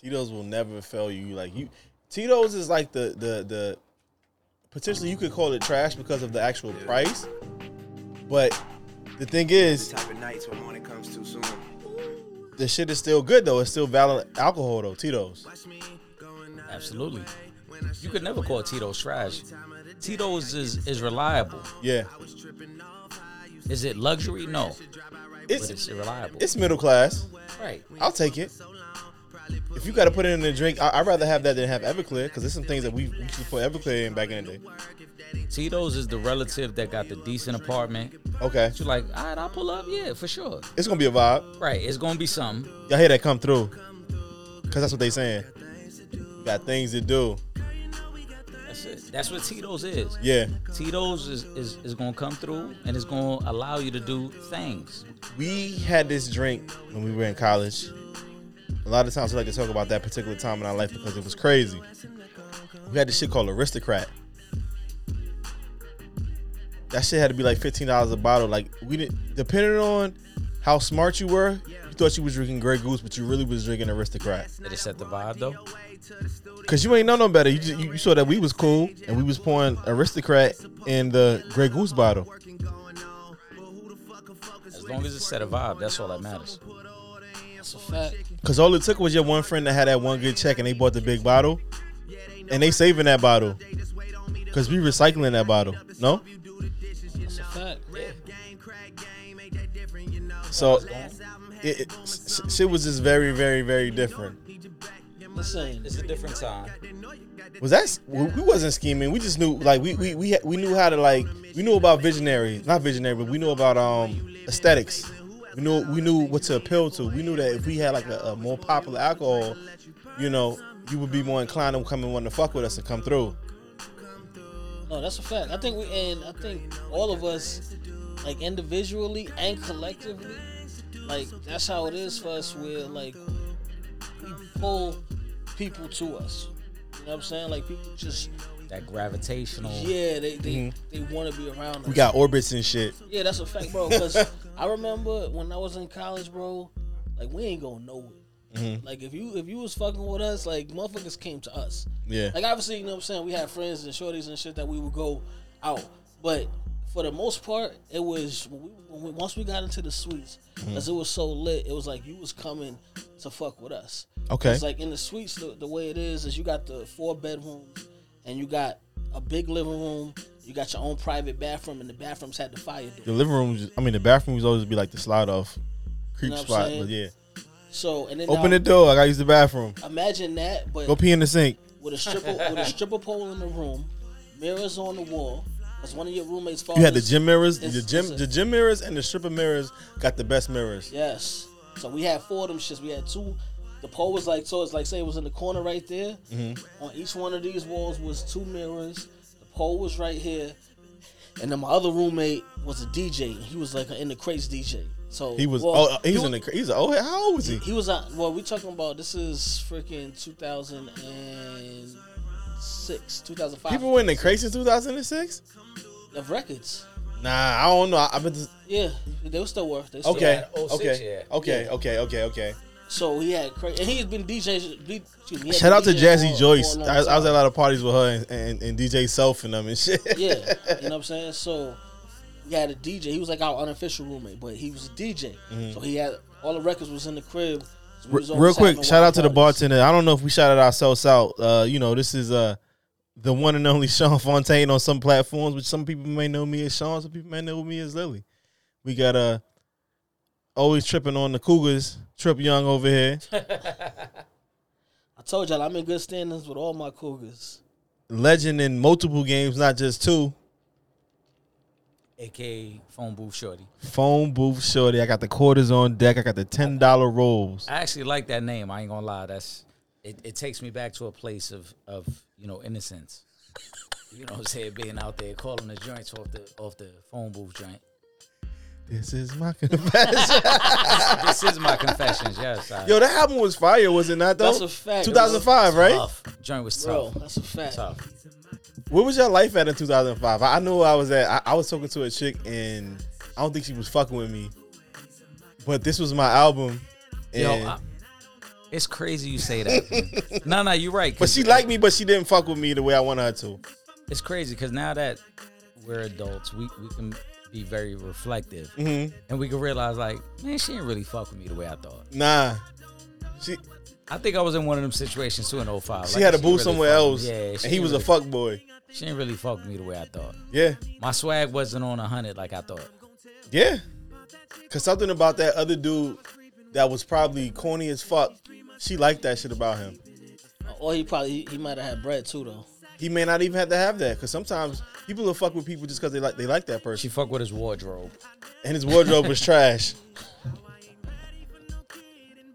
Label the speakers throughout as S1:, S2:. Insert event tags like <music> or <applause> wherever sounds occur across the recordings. S1: Tito's will never fail you. Like you, Tito's is like the the the potentially you could call it trash because of the actual price, but the thing is,
S2: Type of nights when morning comes too soon.
S1: the shit is still good though. It's still valid alcohol though. Tito's.
S2: Watch me going out
S3: Absolutely. You could never call Tito's trash. Tito's is, is reliable.
S1: Yeah,
S3: Is it luxury? No. But
S1: it's
S3: it's reliable.
S1: it's middle class.
S3: right.
S1: I'll take it. If you got to put it in a drink, I, I'd rather have that than have Everclear because there's some things that we, we used to put Everclear in back in the day.
S3: Tito's is the relative that got the decent apartment.
S1: Okay,
S3: You're like, all right, I'll pull up. Yeah, for sure.
S1: it's gonna be a vibe.
S3: Right. It's going to be something.
S1: Y'all hear that come through? Cause that's what they saying. Got things to do.
S3: That's it. That's what Tito's is.
S1: Yeah,
S3: Tito's is, is, is going to come through and it's going to allow you to do things.
S1: we had this drink when we were in college. A lot of times we like to talk about that particular time in our life because it was crazy. We had this shit called Aristocrat. That shit had to be like fifteen dollars a bottle. Like we didn't, depending on how smart you were, you thought you was drinking Grey Goose, but you really was drinking Aristocrat.
S3: Did it set the vibe, though?
S1: Cause you ain't know no better. You, just, you you saw that we was cool and we was pouring Aristocrat in the Grey Goose bottle.
S3: As long as it set a vibe, that's all that matters. That's a fact.
S1: Cause all it took was your one friend that had that one good check, and they bought the big bottle, and they saving that bottle. Cause we recycling that bottle, no?
S3: That's a fact. Yeah.
S1: So, it, it s- s- shit was just very, very, very different.
S3: Listen, it's a different time.
S1: Was that s- we we wasn't scheming? We just knew like we we we, had- we knew how to like we knew about visionaries, not visionary, but we knew about um aesthetics. We knew we knew what to appeal to. We knew that if we had like a, a more popular alcohol, you know, you would be more inclined to come and want to fuck with us and come through.
S4: No, that's a fact. I think we and I think all of us, like individually and collectively, like that's how it is for us. Where like we pull people to us. You know what I'm saying? Like people just
S3: That gravitational.
S4: yeah, they they, they want to be around us.
S1: We got orbits and shit.
S4: yeah, that's a fact, bro. Because I remember when I was in college, bro. Like we ain't going nowhere. Like if you if you was fucking with us, like motherfuckers came to us.
S1: Yeah.
S4: Like obviously, you know what I'm saying. We had friends and shorties and shit that we would go out, but for the most part, it was when we, when we, once we got into the suites, because it was so lit. It was like you was coming to fuck with us.
S1: Okay.
S4: It's like in the suites, the, the way it is is you got the four bedrooms, and you got a big living room. You got your own private bathroom, and the bathrooms had the fire door.
S1: the living room, was- I mean, the bathroom was always be like the slide off creep
S4: You know what I'm
S1: spot.
S4: saying?
S1: But yeah,
S4: So and then
S1: open the
S4: now,
S1: door. Like I use the bathroom.
S4: Imagine that, but
S1: Go pee in the sink.
S4: with a stripper with a stripper pole in the room, mirrors on the wall. Cause one of your roommates.
S1: You had the
S4: fathers-
S1: gym mirrors.
S4: It's-
S1: The gym,
S4: it's a-
S1: the gym mirrors, and the stripper mirrors got the best mirrors.
S4: Yes. So we had four of them shits. We had two. The pole was like so. It's like say it was in the corner right there.
S1: Mm-hmm.
S4: On each one of these walls was two mirrors. The pole was right here, and then my other roommate was a DJ. He was like in the crates DJ. So
S1: He was.
S4: well,
S1: oh, he was in the. He's oh, how old was he?
S4: He was on. Well, we talking about this is freaking 2006, 2005.
S1: People went in the crates in 2006.
S4: of records.
S1: Nah, I don't know. I, I bet this,
S4: Yeah, they were still worth. They still
S1: okay,
S3: Yeah, 06,
S1: okay,
S3: yeah.
S1: okay, okay, okay, okay.
S4: So he had cra and he's been DJ. be- Excuse me, he had
S1: Shout
S4: been
S1: out to
S4: DJing for-
S1: Jazzy
S4: for
S1: Joyce.
S4: a long
S1: I, I was
S4: time.
S1: at a lot of parties with her and, and, and DJ Self and them and shit.
S4: yeah, you know what I'm saying. So we had a DJ. He was like our unofficial roommate, but he was a DJ. So he had all the records was in the crib. So we
S1: Mm-hmm. Re-
S4: was always
S1: real quick,
S4: having
S1: shout out to the
S4: wild parties.
S1: bartender. I don't know if we shouted ourselves out. Uh, you know, this is uh the one and only <laughs> Sean Fontaine on some platforms, which some people may know me as Sean, some people may know me as Lily. We got uh always tripping on the Cougars, Trip Young over here. <laughs>
S4: I told y'all I'm in good standings with all my cougars.
S1: Legend in multiple games, not just two.
S3: AKA phone booth shorty.
S1: Phone booth shorty. I got the quarters on deck. I got the ten dollar rolls.
S3: I actually like that name. I ain't gonna lie. That's it, it takes me back to a place of of you know innocence. You know what I'm saying? Being out there calling the joints off the off the phone booth joint.
S1: This is my <laughs> confession.
S3: This is my confessions. Yes, I,
S1: Yo, that album was fire, was it not though?
S4: That's a fact.
S1: Two thousand five, right?
S3: tough. Joint was
S4: Bro,
S3: tough.
S4: that's a fact.
S3: Tough.
S1: Where was your life at in 2005? I I knew I was at. I, I was talking to a chick, and I don't think she was fucking with me. But this was my album,
S3: Yo,
S1: and
S3: I, It's crazy you
S1: <laughs>
S3: say that. no, no, you're right. 'cause
S1: But she liked me, but she didn't fuck with me the way I wanted her to.
S3: it's crazy because now that we're adults, we, we can be very reflective and we can realize like, man, she didn't really fuck with me the way I thought.
S1: Nah. She
S3: I think I was in one of them situations too in 05.
S1: she
S3: like,
S1: had a boo
S3: really
S1: somewhere
S3: fuck-
S1: else.
S3: Yeah,
S1: and
S3: she
S1: he
S3: didn't
S1: was a
S3: really-
S1: fuck boy.
S3: She didn't really fuck with me the way I thought.
S1: Yeah.
S3: My swag wasn't on a hundred like I thought.
S1: Yeah. Cause something about that other dude that was probably corny as fuck. She liked that shit about him.
S4: Or he probably he, he might have had bread too though.
S1: He may not even have to have that. Cause sometimes people will fuck with people just cause they like they like that
S3: She
S1: person.
S3: fucked with his wardrobe.
S1: And his wardrobe was trash.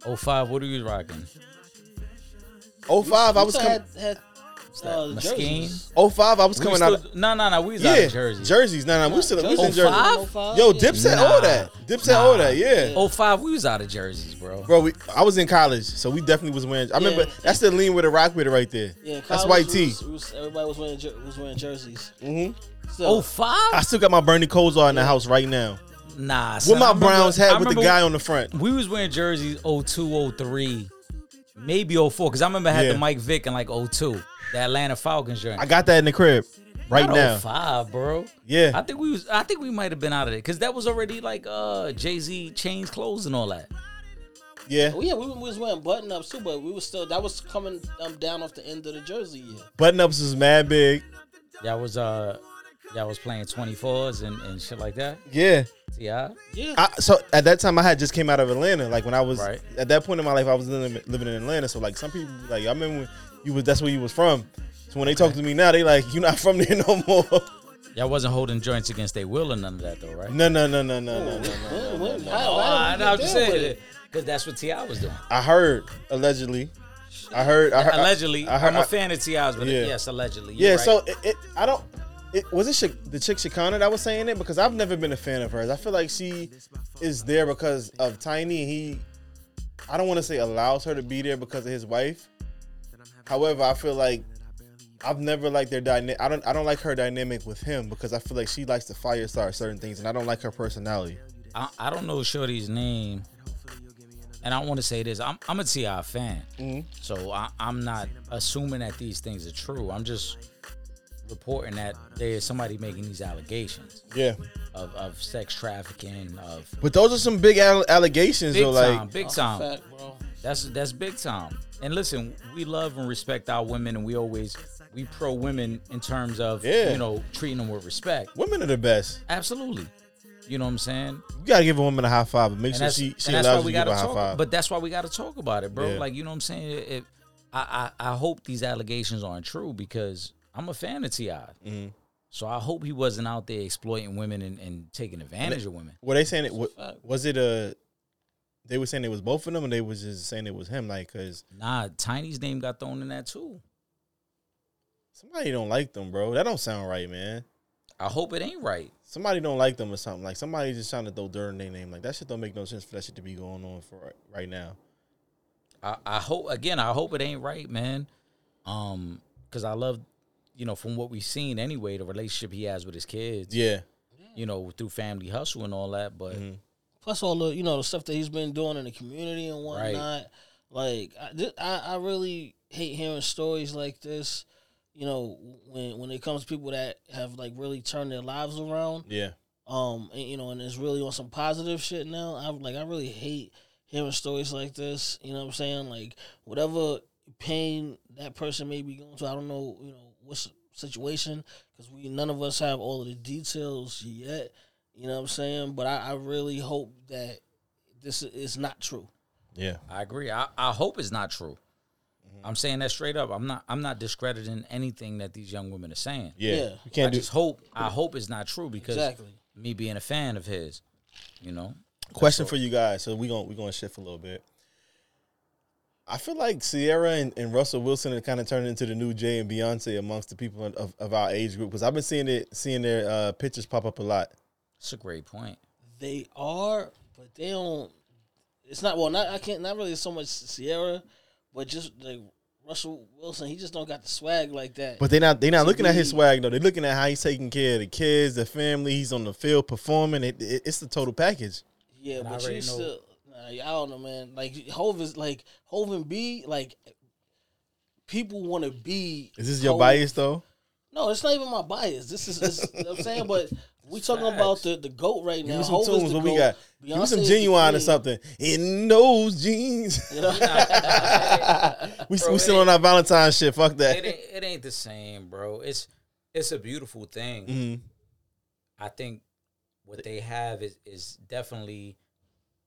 S3: 05, what are you rocking?
S1: Oh five, I was
S4: Utah
S1: coming
S4: had, had uh,
S3: Mesquite?
S4: jerseys.
S1: oh five, I was
S3: We
S1: coming
S3: still-
S1: out of
S3: No, no, no. We was out
S1: yeah,
S3: of Jersey.
S1: jerseys. Nah, nah, we still we was in
S3: Oh,
S1: Jersey.
S3: five?
S1: Yo, Dip said all
S3: Nah.
S1: that. Dip said
S3: Nah.
S1: all that. Yeah.
S4: Oh.
S3: 05, we was out of jerseys, bro.
S1: Bro, we, I was in college, so we definitely was wearing. I remember
S4: Yeah.
S1: that's the lean with a rock with it right there.
S4: Yeah,
S1: that's
S4: college,
S1: white
S4: we
S1: tee.
S4: was- we was- everybody was wearing jer- was wearing jerseys.
S1: hmm
S4: So,
S3: Oh five?
S1: I still got my Bernie Kosar in the house right now
S3: nah.
S1: with
S3: son, I
S1: my
S3: remember-
S1: Browns
S3: I
S1: hat with the
S3: remember
S1: guy on the front.
S3: We was wearing jerseys 02, 03, maybe 04. Because I remember I had
S1: Yeah.
S3: the Mike Vick in like 02, the Atlanta Falcons jersey.
S1: I got that in the crib right
S3: Not
S1: now.
S3: 05, bro.
S1: Yeah.
S3: I think we was. I think we might have been out of it because that was already like uh Jay Z changed clothes and all that.
S1: Yeah,
S4: oh yeah, we, we was wearing button ups too, but we was still that was coming um, down off the end of the jersey year.
S1: button ups is mad big.
S3: Y'all was uh, y'all was playing 24s and and shit like that.
S1: Yeah,
S3: Yeah.
S4: Yeah,
S1: I, so at that time I had just came out of Atlanta. Like when I was
S3: Right.
S1: at that point in my life, I was living, living in Atlanta. So like some people, like I remember when you was that's where you was from. So when they talk to me now, they like you not from there <laughs> no more.
S3: Y'all wasn't holding joints against their will or none of that though, right?
S1: no, no, no, no, no, no, no.
S4: When- when- how-
S3: Oh,
S4: how
S3: I
S4: did we
S3: know, I'm
S4: get
S3: just
S4: there with
S3: saying
S4: it?
S3: because that's what Ti was doing.
S1: I heard allegedly. I heard. I heard
S3: Allegedly,
S1: I heard.
S3: I'm a fan of Ti's, but
S1: Yeah.
S3: yes, allegedly.
S1: yeah.
S3: You're right.
S1: So it, it. I don't. It was it Sha- the chick Shekinah that was saying it because I've never been a fan of hers. I feel like she is there because of Tiny. and He. I don't want to say allows her to be there because of his wife. However, I feel like I've never liked their dynamic. I don't. I don't like her dynamic with him because I feel like she likes to fire start certain things, and I don't like her personality.
S3: I, I don't know Shorty's name, and I want to say this: I'm, I'm a Ti fan, so I, I'm not assuming that these things are true. I'm just reporting that there's somebody making these allegations
S1: Yeah.
S3: of, of sex trafficking, of
S1: But those are some big al- allegations,
S3: big
S1: though.
S3: time,
S1: Like,
S3: big
S4: That's a
S3: time.
S4: fact, bro.
S3: That's that's big time. And listen, we love and respect our women, and we always we pro women in terms of
S1: Yeah.
S3: you know treating them with respect.
S1: women are the best.
S3: Absolutely, you know what I'm saying.
S1: You gotta give a woman a high five, but make
S3: and
S1: sure
S3: that's,
S1: she, she
S3: and
S1: allows
S3: that's why
S1: you
S3: we
S1: to give
S3: gotta
S1: a high
S3: talk.
S1: five.
S3: But that's why we gotta talk about it, bro.
S1: Yeah.
S3: Like you know what I'm saying. If I, I I hope these allegations aren't true because I'm a fan of Ti.
S1: Mm-hmm.
S3: So I hope he wasn't out there exploiting women and, and taking advantage of women.
S1: were they saying it? wa- Was it a? They were saying it was both of them, and they was just saying it was him. Like, cause
S3: Nah, Tiny's name got thrown in that too.
S1: somebody don't like them, bro. That don't sound right, man.
S3: I hope it ain't right.
S1: Somebody don't like them or something. Like somebody just trying to throw dirt in their name. Like that shit don't make no sense for that shit to be going on for right- right now.
S3: I, I hope again. I hope it ain't right, man. Um, because I love, you know, from what we've seen anyway, the relationship he has with his kids.
S1: Yeah, Mm-hmm.
S3: You know, through family hustle and all that. But
S4: Plus all the you know the stuff that he's been doing in the community and whatnot. Like I, thi- I, I really hate hearing stories like this. You know when when it comes to people that have like really turned their lives around.
S1: yeah.
S4: um and, you know and it's really on some positive shit now i'm like i really hate hearing stories like this you know what i'm saying like whatever pain that person may be going through i don't know you know what's situation because we none of us have all of the details yet you know what i'm saying but i, I really hope that this is not true
S1: Yeah,
S3: I agree. I, I hope it's not true. I'm saying that straight up. I'm not. I'm not discrediting anything that these young women are saying.
S1: yeah,
S4: Yeah.
S1: You
S3: I
S1: can't do.
S3: just hope. I hope it's not true because
S4: exactly
S3: me being a fan of his, you know.
S1: Question for you guys. So we going we gonna shift a little bit. I feel like Sierra and, and Russell Wilson are kind of turning into the new Jay and Beyonce amongst the people of, of our age group because I've been seeing it seeing their uh, pictures pop up a lot.
S3: It's a great point.
S4: They are, but they don't. It's not well. Not I can't. Not really so much Sierra, but just like Russell Wilson. He just don't got the swag like that.
S1: But they not they not
S4: To
S1: looking at his
S4: me-
S1: swag though. They're looking at how he's taking care of the kids, the family. He's on the field performing. It, it- it's the total package.
S4: yeah,
S3: And I
S4: but
S3: already
S4: she's
S3: know-
S4: still. Nah, Uh, yeah, I don't know, man. Like Hove is like Hove and B. Like people want to be.
S1: Is this your
S4: Hov-
S1: bias though?
S4: No, it's not even my bias. This is it's, you know what I'm saying, but we talking about the the goat right now.
S1: Give me some
S4: Hov is
S1: tunes.
S4: the
S1: What we
S4: GOAT.
S1: got? Give me
S4: Beyonce
S1: some
S4: is the
S1: genuine or
S4: queen, <laughs>
S1: something. In those jeans, <laughs>
S4: You know?
S1: we
S3: Bro,
S1: we
S3: it
S1: still on
S3: ain't-
S1: our Valentine's shit. Fuck that.
S3: it ain't, it ain't the same, bro. It's it's a beautiful thing.
S1: Mhm.
S3: I think what they have is is definitely,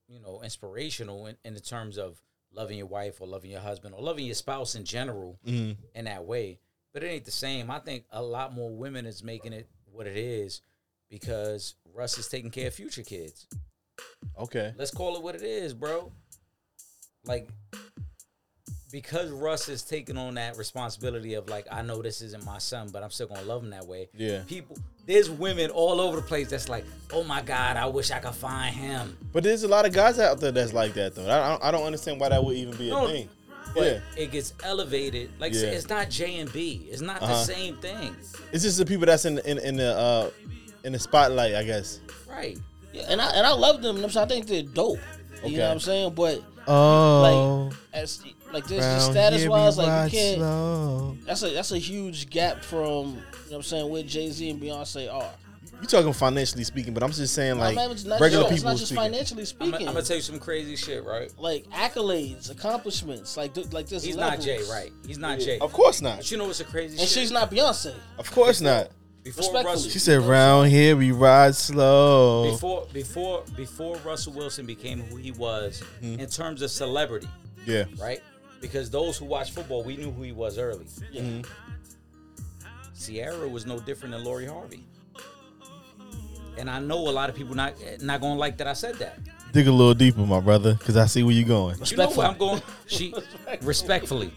S3: you know, inspirational in, in the terms of loving your wife or loving your husband or loving your spouse in general
S1: Mhm.
S3: in that way. But it ain't the same. I think a lot more women is making it what it is because Russ is taking care of future kids.
S1: Okay.
S3: Let's call it what it is, bro. Like because Russ is taking on that responsibility of like I know this isn't my son, but I'm still gonna love him that way.
S1: Yeah.
S3: People, there's women all over the place that's like, oh my god, I wish I could find him.
S1: But there's a lot of guys out there that's like that though. I I don't, I don't understand why that would even be a
S3: No,
S1: thing.
S3: But
S1: yeah,
S3: it gets elevated. Like
S1: Yeah.
S3: it's not J and B. It's not the
S1: Uh-huh.
S3: same thing,
S1: it's just the people that's in in, in the uh, in the spotlight, I guess.
S3: right?
S4: Yeah, and I and I love them. So I think they're dope.
S1: Okay.
S4: You know what I'm saying? But
S1: Oh,
S4: as like this status wise, like you can't.
S1: slow.
S4: That's a that's a huge gap from you know what I'm saying where Jay Z and Beyonce are.
S1: You talking financially speaking, but I'm just saying like
S4: I mean, it's not
S1: regular
S4: just, it's
S1: people
S4: not just
S1: speaking.
S4: financially
S3: I'm,
S4: speaking.
S3: gonna- I'm gonna tell you some crazy shit, right?
S4: like accolades, accomplishments, like th- like this.
S3: He's not
S4: levels.
S3: Jay, right? He's not Jay.
S1: Of course not.
S3: But you know what's a crazy
S4: And
S3: shit?
S4: she's not Beyonce.
S1: Of course not.
S3: before
S4: respectfully.
S3: Russell.
S1: She said, "Round here we ride slow."
S3: before before before Russell Wilson became who he was
S1: Mm-hmm.
S3: in terms of celebrity,
S1: Yeah.
S3: right? Because those who watch football, we knew who he was early. Mm-hmm.
S4: Yeah.
S3: Sierra was no different than Lori Harvey. And I know a lot of people not not gonna like that I said that.
S1: Dig a little deeper, my brother, because I see where you're going.
S3: You know where I'm going. She respectfully,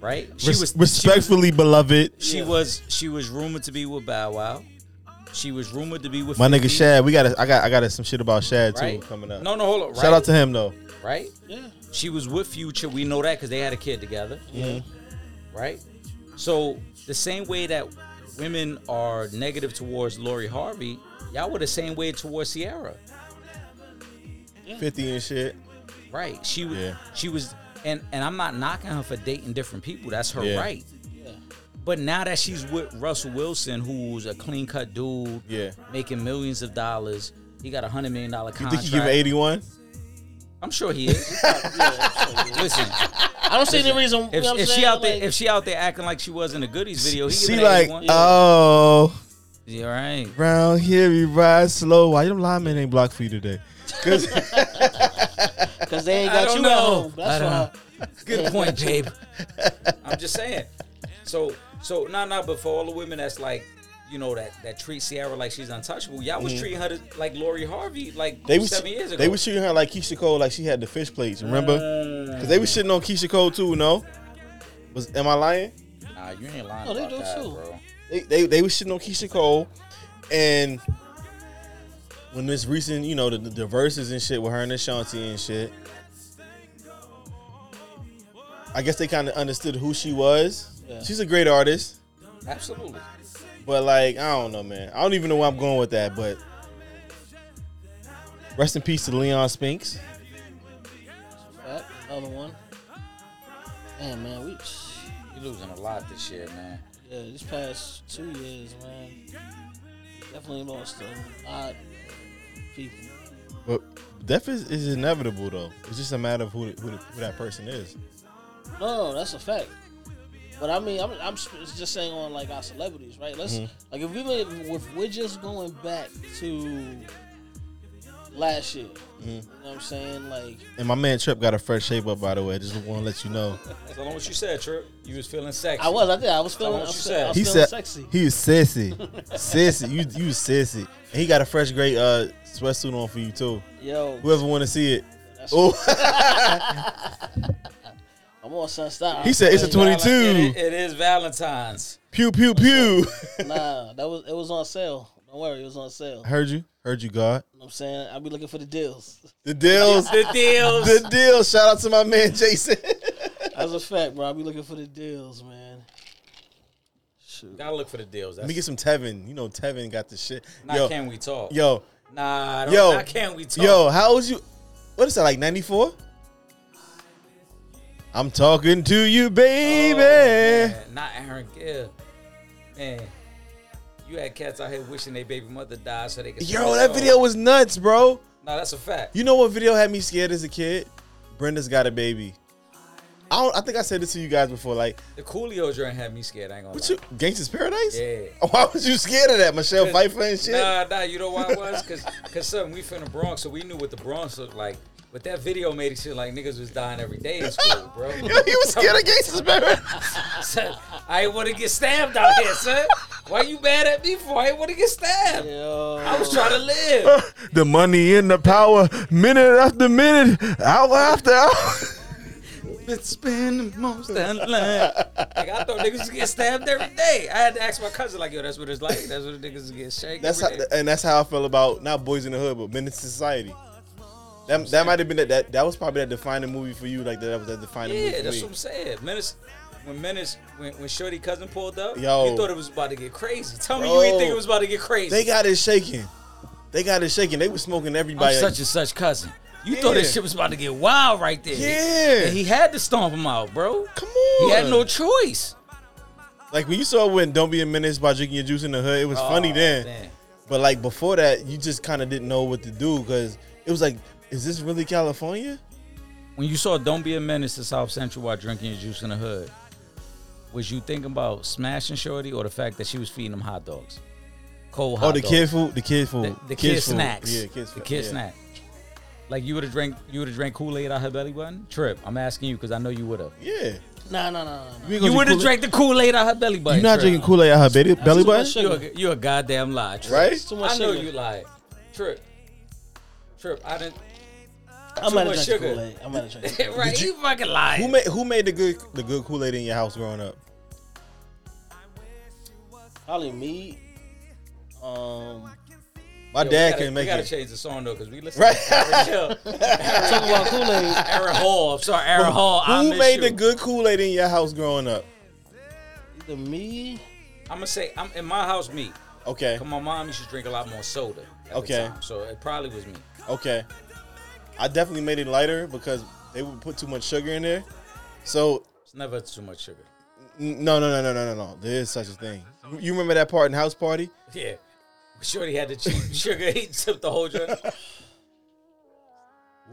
S3: right? She
S1: Res-
S3: was
S1: respectfully, beloved.
S3: She was she was rumored to be with Bow Wow. She was rumored to be with
S1: My
S3: 50,
S1: nigga Shad, we got I got I got some shit about Shad too
S3: right?
S1: coming up.
S3: No, no, hold on.
S1: Shout out to him though.
S3: right.
S4: Yeah.
S3: She was with Future. We know that because they had a kid together.
S1: Mm-hmm.
S3: Right? So, the same way that women are negative towards Lori Harvey, y'all were the same way towards Sierra.
S1: 50 and shit.
S3: Right? She was,
S1: Yeah.
S3: she was, and, and I'm not knocking her for dating different people. That's her
S1: Yeah.
S3: right.
S4: Yeah.
S3: But now that she's with Russell Wilson, who's a clean cut dude,
S1: Yeah.
S3: making millions of dollars, he got a hundred million dollar
S1: You
S3: contract.
S1: think you give 81?
S3: I'm sure he is.
S1: <laughs>
S3: Listen,
S4: I don't see any reason. you
S3: if,
S4: know what I'm
S3: if she
S4: saying?
S3: out there,
S4: Like,
S3: if she out there acting like she was in the goodies video, he
S1: She
S3: giving
S1: like,
S3: 81.
S1: oh, <laughs>
S3: Yeah, right.
S1: round here we ride slow. Why them linemen ain't blocked for you today? Cause
S4: <laughs> Cause they ain't
S3: I
S4: got
S3: don't
S4: you
S3: know.
S4: at home.
S3: I
S4: That's
S3: don't
S4: why.
S3: Good point, <laughs> Jabe. I'm just saying. So, so no, nah, no. Nah, but for all the women that's like, you know, that that treat Sierra like she's untouchable. Y'all was treating her to, like Lori Harvey, like
S1: Mm-hmm. they was
S3: seven years ago.
S1: they was shooting her like Keisha Cole, like she had the fish plates. Remember?
S3: Mm.
S1: Cause they was shitting on Keisha Cole too. No, was am I lying?
S3: Nah, you ain't lying
S4: No, Oh, they
S3: about
S4: do
S3: that,
S4: too.
S3: bro.
S1: They they, they was shitting on Keisha Cole, and when this recent, you know, the, the verses and shit with her and Ashanti and shit. I guess they kind of understood who she was.
S4: Yeah.
S1: She's a great artist.
S3: Absolutely.
S1: But like, I don't know, man. I don't even know where I'm going with that. But rest in peace to Leon Spinks.
S4: Right, Another one. Man, man, we.
S3: You're losing a lot this year, man.
S4: Yeah, this past two years, man, definitely lost a lot of people.
S1: But death is, is inevitable, though. It's just a matter of who who, who that person is.
S4: No, no, that's a fact. But I mean, I'm, I'm sp- just saying on like our celebrities, right? Let's like if we were- if we're just going back to last year, you know what I'm saying? Like,
S1: And my man Trip got a fresh shape up, by the way. Just want to let you know.
S3: So long what you said, Trip. You was feeling sexy.
S4: I was, I think I was
S3: what
S4: feeling, I
S3: you
S4: was,
S3: said.
S4: feeling, I was
S1: He
S4: feeling
S1: said
S4: sexy.
S1: he was sissy,
S4: <laughs>
S1: sissy. You you sissy. And he got a fresh great uh sweatsuit on for you too.
S4: Yo,
S1: Whoever want to see it.
S4: that's,
S1: Oh, <laughs>
S4: I'm on son, stop.
S1: He said it's a
S4: Hey,
S1: 20
S3: Val- it-
S1: too.
S3: it is Valentine's.
S1: pew pew pew. <laughs>
S4: Nah, that was it was on sale. Don't worry, it was on sale. You know
S1: Heard you. Heard you, God.
S4: what I'm saying? I'll be looking for the deals.
S1: The
S4: <laughs>
S1: deals.
S3: The deals.
S1: the deal. Shout out to my man Jason. <laughs>
S4: That's a fact, bro. I'll be looking for the deals, man. Shoot.
S3: Gotta look for the deals.
S1: Let me get
S3: That's,
S1: some Tevin. You know Tevin got the shit.
S3: not
S1: yo,
S3: can we talk?
S1: yo,
S3: Nah, I don't,
S1: Yo.
S3: not can we talk?
S1: yo. How old you? what is that like ninety four? I'm talking to you,
S3: Oh,
S1: baby.
S3: man, not Aaron Gill. Man, you had cats out here wishing their baby mother died so they could. sing
S1: Yo,
S3: the
S1: that
S3: song.
S1: video was nuts, bro.
S3: No, that's a fact.
S1: You know what video had me scared as a kid? Brenda's got a baby. I don't, I think I said this to you guys before. Like,
S3: the Coolio joint had me scared. I ain't gonna
S1: what
S3: lie.
S1: you Gangsta's Paradise?
S3: Yeah.
S1: <laughs> Why was you scared of that, Michelle Pfeiffer and shit? <laughs>
S3: Nah, nah, you know why it was? Cause, cause something we from the Bronx, so we knew what the Bronx looked like. But that video made it seem like niggas was dying every day in school, bro.
S1: <laughs> Yo, he was scared of Gangsta's Paradise.
S3: Son, I ain't want to get stabbed out here, son. Why you mad at me for? I ain't want to get stabbed.
S4: Yo,
S3: I was trying
S1: <laughs>
S3: to live.
S1: <laughs> the money and the power, minute after minute, hour after hour.
S3: It's been the most
S1: <laughs>
S3: unlike. Like I thought niggas was getting stabbed every day. I had to ask my cousin, like, yo, that's what it's like. That's what the niggas is getting shaken.
S1: That's how,
S3: every day.
S1: and that's how I felt about not Boys in the Hood, but Men in Society. That, that might have been that, that. That was probably that defining movie for you. Like that, was that defining movie.
S3: Yeah,
S1: for
S3: that's
S1: me.
S3: what I'm saying. Menace, when Menace, when, when Shorty cousin pulled up,
S1: Yo.
S3: you thought it was about to get crazy. Tell me
S1: Bro.
S3: you ain't think it was about to get crazy.
S1: They got it shaking. They got it shaking. They was smoking
S3: I'm
S1: everybody. like-
S3: such and such cousin. You thought
S1: Yeah.
S3: this shit was about to get wild right there.
S1: Yeah.
S3: And he had to stomp him out, bro.
S1: Come on.
S3: He had no choice.
S1: like when you saw when "Don't Be a Menace" by drinking your juice in the hood, it was funny
S3: Oh,
S1: then.
S3: man.
S1: But like before that, you just kind of didn't know what to do because it was like, is this really California?
S3: When you saw Don't Be a Menace to South Central while drinking your juice in the hood, was you thinking about smashing Shorty or the fact that she was feeding him hot dogs? Cold hot
S1: oh, the
S3: dogs.
S1: kid food, the kid food,
S3: the, the kid,
S1: food.
S3: snacks.
S1: yeah, kids,
S3: the
S1: food,
S3: kid
S1: yeah.
S3: snack. Like you would have drank, you would have drank Kool Aid out her belly button. Trip. I'm asking you because I know you would have.
S1: Yeah,
S4: nah, nah, nah, nah. nah.
S1: ain't gonna
S3: You
S1: drink
S3: would have
S1: Kool-Aid?
S3: drank the Kool Aid out her belly button.
S1: You're not
S3: Trip.
S1: drinking Kool Aid out her belly, belly
S4: too much
S1: button,
S4: sugar.
S3: You a, you a goddamn lie. Trip.
S1: right?
S4: Too much
S3: I know
S4: sugar.
S3: you lied. Trip. Trip. I didn't. <laughs>
S4: I
S3: too
S4: might have
S3: much
S4: drank
S3: sugar.
S4: Kool-Aid. I might have drank. Kool-Aid.
S3: right. You, fucking lied.
S1: Who made who made the good the good Kool Aid in your house growing up?
S4: Probably me. Um,
S1: My
S3: Yo,
S1: dad
S3: we gotta-
S1: couldn't make
S3: We gotta
S1: it.
S3: change the song though because we listen.
S1: Right. <laughs>
S3: To Aaron Hill.
S4: talk about Kool-Aid.
S3: Aaron Hall. I'm sorry, Aaron Hall. I
S1: Who
S3: miss
S1: made
S3: you.
S1: the good Kool Aid in your house growing up?
S4: Either me.
S3: I'm gonna say I'm in my house. Me.
S1: Okay,
S3: Cause my mom used to drink a lot more soda. At
S1: Okay.
S3: The time, so it probably was me.
S1: okay. I definitely made it lighter because they would put too much sugar in there. So
S3: It's never too much sugar. <laughs>
S1: n- no, no, no, no, no, no, no. There is such a thing. You remember that part in House Party?
S3: Yeah. Shorty had the
S4: <laughs>
S3: cheap sugar. He sipped the whole drink.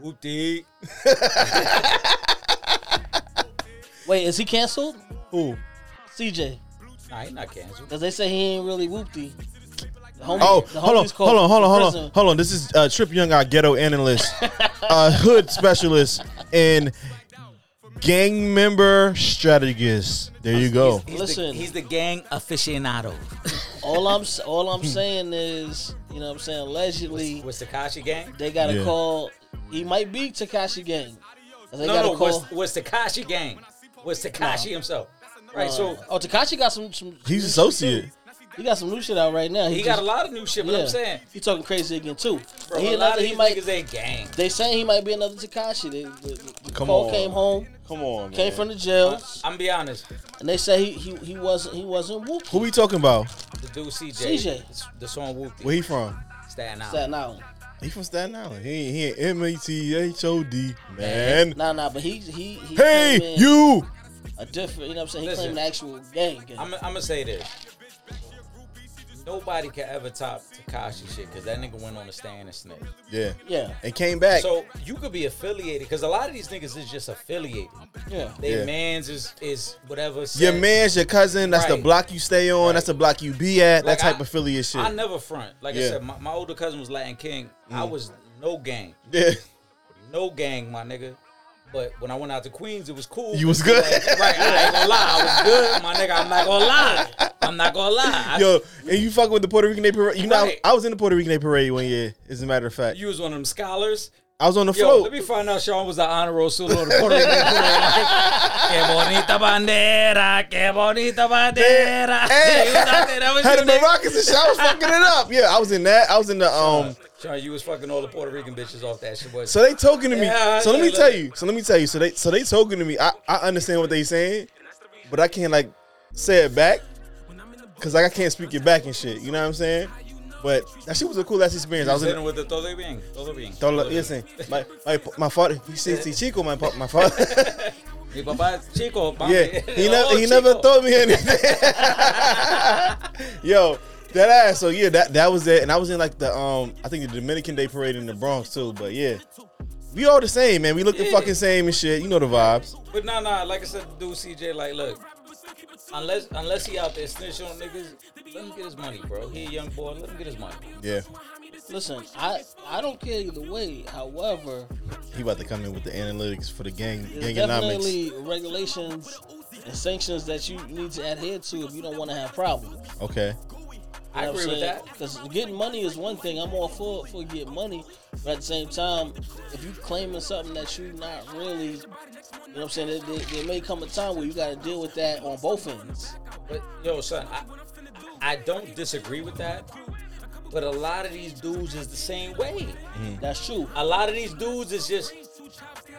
S3: Whoop dee.
S4: Wait, is he canceled?
S1: Who?
S4: CJ,
S3: Nah, he not canceled.
S4: because they say he ain't really whoopty. The homie,
S1: Oh,
S4: the
S1: hold on,
S4: homie's called
S1: hold on, hold on, hold on,
S4: prison.
S1: hold on. This is uh, Trip Young, our ghetto
S4: <laughs>
S1: analyst, uh, hood specialist, and gang member strategist. There you go.
S3: He's
S4: Listen.
S3: the, he's the gang aficionado.
S4: All I'm s- all I'm saying is, you know, what I'm saying allegedly
S3: Was Takashi gang?
S4: they got to
S1: Yeah.
S4: call. He might be Takashi gang. 'Cause They
S3: no,
S4: gotta
S3: no.
S4: call.
S3: Was was Takashi gang? Was Takashi himself? Right. So
S4: oh, Takashi got some some.
S1: He's associate.
S4: He got some new shit out right now.
S3: he got a
S4: just-
S3: lot of new shit. But
S4: yeah.
S3: I'm saying,
S4: he talking crazy again too.
S3: bro,
S4: he
S3: a lot
S4: another,
S3: of
S4: he
S3: these
S4: might.
S3: niggas ain't gang.
S4: They saying he might be another Takashi. They- The, the, the
S1: Come
S4: call
S1: on.
S4: came home,
S1: Come on,
S4: came from the jail,
S3: I'm gonna be honest.
S4: and they say he he, he wasn't he wasn't whoopty.
S1: Who we talking about?
S3: The dude CJ.
S4: CJ.
S3: The song Whoop
S1: Where
S3: dee.
S1: he from?
S3: Staten Island.
S4: Staten Island.
S1: He from Staten Island. He he ain't M A T H O D man.
S4: Nah, nah, but he he, he
S1: Hey
S4: claiming
S1: you.
S4: a different. You know what I'm saying? He
S3: Listen.
S4: claimed an actual gang. gang.
S3: I'm, I'm gonna say this. Nobody can ever top Takashi shit because that nigga went on the stand and snitched.
S1: Yeah.
S4: yeah,
S1: And came back.
S3: So you could be affiliated because a lot of these niggas is just affiliated.
S4: yeah.
S3: They
S1: Yeah.
S3: man's is is whatever.
S1: your
S3: set.
S1: man's your cousin. That's the
S3: Right.
S1: block you stay on.
S3: Right.
S1: That's the block you be at.
S3: Like,
S1: that type
S3: I-
S1: of affiliate shit.
S3: I never front. Like
S1: Yeah. Mm.
S3: I said, my, my older cousin was Latin King. I was no gang,
S1: yeah.
S3: no gang, my nigga. But when I went out to Queens, it was cool.
S1: You was good.
S3: Like, right, I ain't gonna lie, I was good, my nigga. I'm not gonna lie. I'm not gonna lie. I-
S1: Yo, and you fucking with the Puerto Rican Day Parade. You know, I-
S3: Right.
S1: I, was in the Puerto Rican Day Parade one year, as a matter of fact.
S3: you was one of them scholars.
S1: I was on the
S3: Yo,
S1: float.
S3: let me <laughs> find out Sean was the honor roll solo of the Puerto Rican Parade. Que bonita bandera, que bonita bandera.
S1: Hey.
S3: You was out there, that was
S1: Had
S3: you,
S1: the
S3: nigga.
S1: Moroccans and shit. I was fucking it up. Yeah, I was in that. I was in the um.
S3: Sean, you was fucking all the Puerto Rican bitches off that shit, boy.
S1: So they talking to me.
S3: Yeah,
S1: so let
S3: yeah,
S1: me
S3: look.
S1: tell you. So let me tell you. So they so they talking to me. I, I understand what they saying, but I can't like say it back, cause like I can't speak it back and shit. You know what I'm saying? But that shit was a cool ass experience. I was in
S3: Sitting with the todo bien, todo bien.
S1: Todo
S3: todo
S1: lo-
S3: bien.
S1: listen, my, my, my father, he says, "See, Chico, my, pa- my father. <laughs>
S3: Mi papá es chico, mami. <laughs>
S1: yeah, he, never
S3: Oh,
S1: he never
S3: chico.
S1: told me anything. <laughs> Yo, that ass. So, yeah, that, that was it. And I was in like the, um, I think the Dominican Day Parade in the Bronx too. But yeah, we all the same, man. We look the
S3: Yeah.
S1: fucking same and shit. You know the vibes.
S3: But nah, nah. Like I said, to dude, CJ, like, look, unless unless he out there snitching on niggas, let him get his money, bro. He a young boy, let him get his money.
S1: Yeah,
S4: Listen, I I don't care either way. However,
S1: he about to come in with the analytics for the gang,
S4: there's
S1: gangonomics.
S4: definitely regulations and sanctions that you need to adhere to if you don't want to have problems.
S1: Okay.
S3: I agree with that.
S4: Because getting money is one thing. I'm all for for getting money, but at the same time, if you claiming something that you're not really, you know what I'm saying? There, there, there may come a time where you got to deal with that on both ends.
S3: But yo, son, I, I don't disagree with that. But a lot of these dudes is the same way.
S4: That's true.
S3: A lot of these dudes is just,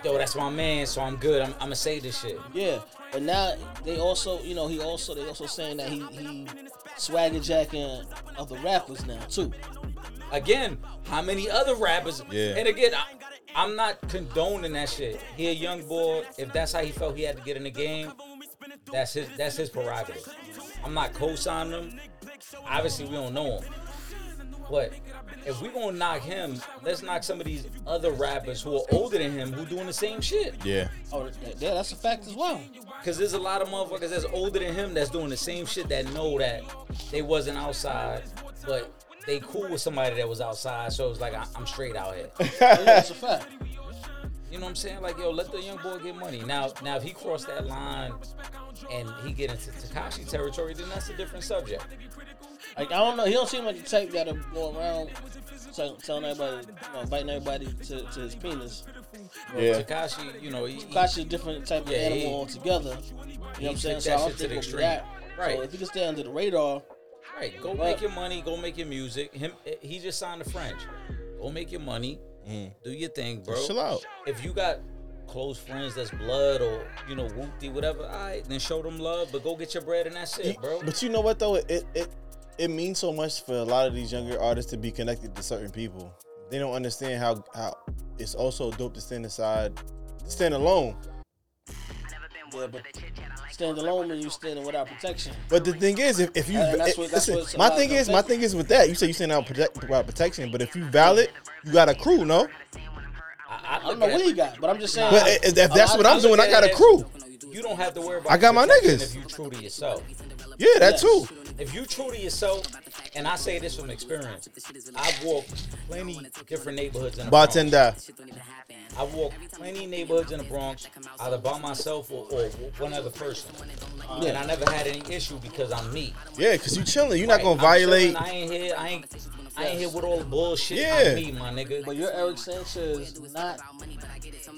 S3: yo, that's my man, so I'm good. I'm, I'm gonna say this shit.
S4: Yeah, but now they also, you know, he also they also saying that he he swagger jacking other rappers now too.
S3: Again, how many other rappers?
S1: Yeah.
S3: And again, I, I'm not condoning that shit. He a young boy. If that's how he felt he had to get in the game, that's his that's his prerogative. I'm not co-signing him. Obviously, we don't know him. But if we gonna knock him, let's knock some of these other rappers who are older than him who doing the same shit.
S1: Yeah.
S4: Oh, that, that- that's a fact as well.
S3: Cause there's a lot of motherfuckers that's older than him that's doing the same shit that know that they wasn't outside, but they cool with somebody that was outside. So it's like I, I'm straight out here.
S4: Yeah, that's a fact.
S3: You know what I'm saying? Like yo, let the young boy get money. Now, now if he crossed that line and he get into Takashi territory, then that's a different subject.
S4: Like I don't know, he don't seem like the type that'll go around tell, telling everybody, you know, biting everybody to, to his penis.
S1: Yeah.
S3: Takashi, you know, he, he-
S4: Kasha's a different type of
S3: Yeah,
S4: animal
S3: he-
S4: altogether. You know what I'm saying?
S3: took
S4: So
S3: that
S4: I don't
S3: shit to
S4: think
S3: the
S4: it'll be
S3: extreme.
S4: that.
S3: Right.
S4: So if he can stay under the radar,
S3: right? Go
S4: Right.
S3: make your money. Go make your music. Him, eh, he just signed the French. Go make your money. Do your thing, bro.
S1: Mm. Chill out.
S3: if you got close friends that's blood or you know whoopty whatever, all right, then show them love, but go get your bread and that's it, bro.
S1: But you know what though, it it it means so much for a lot of these younger artists to be connected to certain people. They don't understand how how it's also dope to stand aside, stand alone.
S4: yeah, but stand alone and you standing without protection.
S1: But the thing is, if, if you
S4: And that's what- that's
S1: listen,
S4: what's
S1: my
S4: about
S1: thing
S4: the
S1: is, my
S4: thing.
S1: thing is with that. You say you stand out protect, about protection, but if you valid, you got a crew, no?
S3: I, I
S4: I don't
S3: look
S4: know
S3: at
S4: what he
S3: it-
S4: got, but I'm just saying.
S1: But i- if that's what I'm doing, I got a crew.
S3: You don't have to worry about.
S1: I got my
S3: protection
S1: niggas.
S3: If you true to yourself,
S1: Yeah, that too.
S3: if you true to yourself, and I say this from experience, I've walked plenty different neighborhoods in the Bronx.
S1: Bartender,
S3: I've walked plenty neighborhoods in the Bronx, either by myself or, or one other person, and I never had any issue because I'm me.
S1: yeah, cause you chilling, you're not gonna
S3: Right, I'm
S1: violate.
S3: chilling, I ain't here. I ain't. I ain't here with all the bullshit.
S1: Yeah.
S3: I'm me, my nigga.
S4: But you're Eric Sanchez, not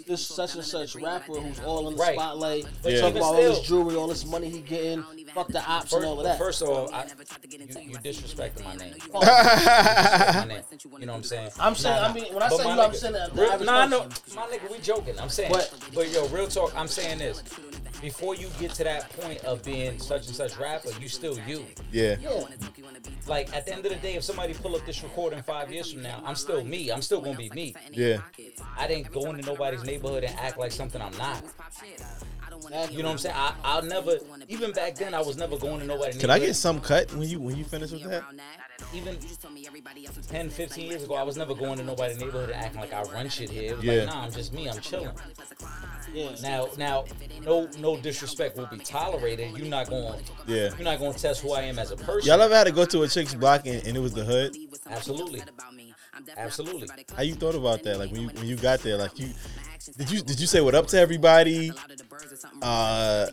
S4: this such and such rapper who's all in the
S3: Right.
S4: spotlight,
S3: But
S1: Yeah.
S4: talking
S3: even
S4: about all this
S3: still-
S4: jewelry, all this money he getting, fuck the ops and
S3: First,
S4: all of that.
S3: first of all, I, you, you disrespecting my name.
S1: <laughs>
S3: My name. You know what I'm saying?
S4: I'm saying- I mean, when I say
S3: my
S4: you, I'm
S3: nigga,
S4: saying that the
S3: Real,
S4: average
S3: nah, no,
S4: person.
S3: my nigga, we joking. I'm saying,
S4: But-
S3: but, yo, real talk. I'm saying this. Before you get to that point of being such and such rapper, you still you.
S1: Yeah,
S4: yeah.
S3: Like at the end of the day, if somebody pull up this recording five years from now, I'm still me. I'm still gonna be me.
S1: yeah,
S3: I didn't go into nobody's neighborhood and act like something I'm not.
S4: That-
S3: You know what I'm saying? I, I'll never, even back then, I was never going to nobody's
S1: Can I
S3: neighborhood.
S1: get some cut when you when you finish with that?
S3: even 10, 15 years ago, I was never going to nobody's neighborhood and acting like I run shit here. It was
S1: Yeah.
S3: like, nah, I'm just me. I'm chilling.
S4: Yeah.
S3: Now, now, no, no disrespect will be tolerated. You're not going,
S1: Yeah.
S3: you're not going to test who I am as a person.
S1: Y'all ever had to go to a chick's block and, and it was the hood?
S3: Absolutely, absolutely.
S1: How you thought about that? Like when you when you got there, like you did you did you say what up to everybody? Uh,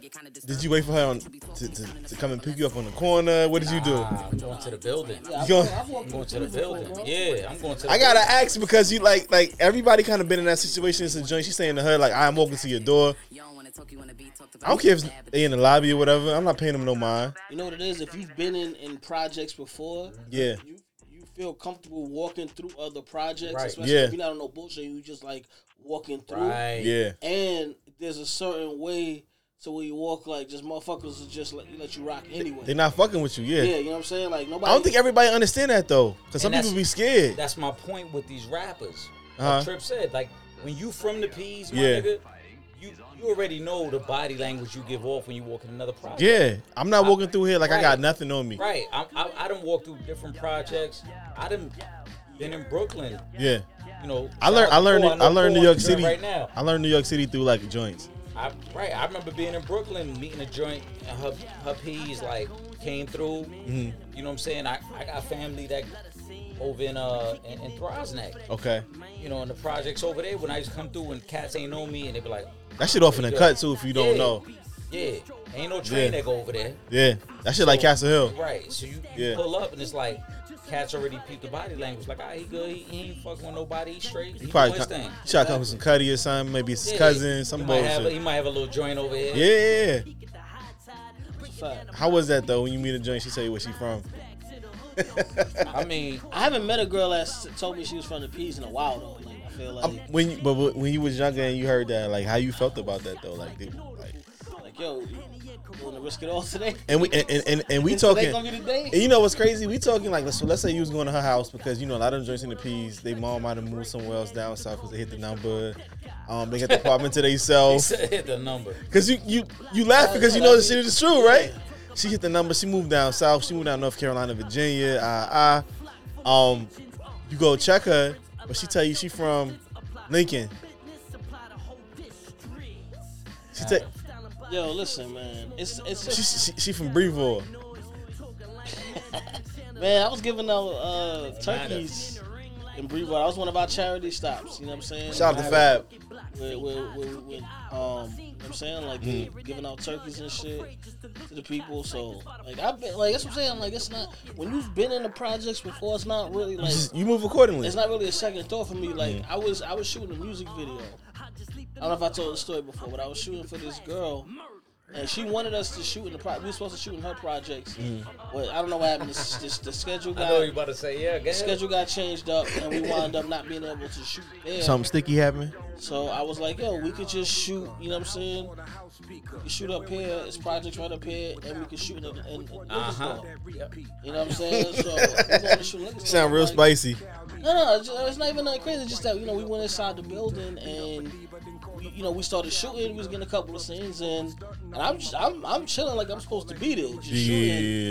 S1: did you wait for her on, to, to, to come and pick you up on the corner? What did you do?
S3: Ah, I'm going to the building.
S4: Yeah, I've-
S1: You going-
S4: I've walked
S3: I'm going to the
S4: through before,
S3: building.
S4: bro.
S3: Yeah, I'm going to. The
S1: I gotta
S3: building.
S1: ask because you like like everybody kind of been in that situation since joint. She's saying to her like I'm walking to your door. I don't care if they in the lobby or whatever. I'm not paying them no mind.
S4: You know what it is? If you've been in, in projects before,
S1: Yeah,
S4: you you feel comfortable walking through other projects,
S3: Right.
S4: especially
S1: Yeah.
S4: if you're not on no bullshit. You just like walking through,
S3: Right.
S1: yeah,
S4: and there's a certain way So when you walk, like just motherfuckers will just let, let you rock anyway.
S1: They're not fucking with you. Yeah.
S4: yeah, you know what I'm saying? Like nobody.
S1: I don't think everybody understand that though, because some
S3: And that's-
S1: people be scared.
S3: That's my point with these rappers.
S1: Uh-huh.
S3: Like Trip said, like when you from the P's, my
S1: Yeah.
S3: nigga, you you already know the body language you give off when you walk in another project.
S1: Yeah, I'm not walking through here like I got
S3: Right.
S1: nothing on me.
S3: Right. I I, I done walked through different projects. I done been in Brooklyn.
S1: Yeah,
S3: You know.
S1: I learned. I learned.
S3: Paul, know
S1: I learned
S3: Paul
S1: New York
S3: doing
S1: City.
S3: Right now.
S1: I learned New York City through like joints.
S3: I, right, I remember being in Brooklyn, meeting a joint, and her, her peas like came through.
S1: Mm-hmm.
S3: You know what I'm saying? I, I got family that over in uh in, in Throsneck,
S1: Okay,
S3: you know, and the projects over there. When I used to come through and cats ain't know me, and they be like,
S1: that shit off in the cut too if you don't
S3: yeah,
S1: know.
S3: yeah, ain't no train
S1: Yeah.
S3: that go over there,
S1: Yeah, that shit like Castle Hill.
S3: right? So you, you
S1: Yeah.
S3: pull up and it's like cats already peeped the body language, like, ah, he good, he, he ain't fucking with nobody, he straight, he
S1: You
S3: doing
S1: probably
S3: his
S1: come,
S3: thing.
S1: you try to come with some Cuddy or something. Maybe it's his
S3: Yeah,
S1: cousin, some
S3: he might, have a, he
S1: bullshit.
S3: might have a little joint over here.
S1: Yeah.
S4: that's a fact.
S1: How was that though? When you meet a joint, she tell you where she from.
S3: I mean, <laughs>
S4: I haven't met a girl that's told me she was from the P's in a while though. Like I feel like,
S1: Um, when you, but when you was younger and you heard that, like how you felt about that though, like, did, like
S4: like yo, you want to risk it all today? <laughs>
S1: and we and, and, and, and we
S4: Today
S1: talking.
S4: gonna be the day.
S1: And you know what's crazy? We talking like so. Let's say you was going to her house because you know a lot of them joints in the peas. They mom might have moved somewhere else down south because they hit the number. Um, they got the apartment to
S3: he
S4: <laughs>
S1: themselves.
S3: said the number.
S1: Cause you you you laugh because you know the shit is true, right? She hit the number. She moved down south. She moved down North Carolina, Virginia. Ah ah. Um, you go check her, but she tell you she from Lincoln. She tell
S4: Yo, listen, man. It's it's
S1: she,
S4: just,
S1: she, she from Breville.
S4: man. I was giving out uh, turkeys in Breedwater. I was one of our charity stops. You know what I'm saying?
S1: Shout out to Fab.
S4: We're, we're, we're, we're, um, you know what I'm saying like we're giving out turkeys and shit to the people. So like I've been like that's what I'm saying. Like it's not when you've been in the projects before. It's not
S3: <laughs>
S4: really like
S1: You move accordingly.
S4: it's not really a second thought for me. Like I was I was shooting a music video. I don't know if I told the story before, but I was shooting for this girl, and she wanted us to shoot in the pro. We were supposed to shoot in her projects, but I don't know what happened. The, the, the schedule
S3: Mm. I know you
S4: got
S3: about to say, yeah, go
S4: the
S3: ahead.
S4: schedule got changed up, and we wound up not being able to shoot there.
S1: Something sticky happened.
S4: So I was like, yo, we could just shoot. You know what I'm saying? We could shoot up here. It's projects right up here, and we could shoot in. in, in liquor
S3: Uh-huh.
S4: store.
S3: Yep.
S4: You know what I'm saying? So we wanted to shoot
S1: <laughs>
S4: in liquor store.
S1: Sound real
S4: Like,
S1: spicy.
S4: no, no, it's, just- it's not even that crazy. It's just that you know we went inside the building and we, you know we started shooting. We was getting a couple of scenes and and I'm just, I'm I'm chilling like I'm supposed to be there, just shooting.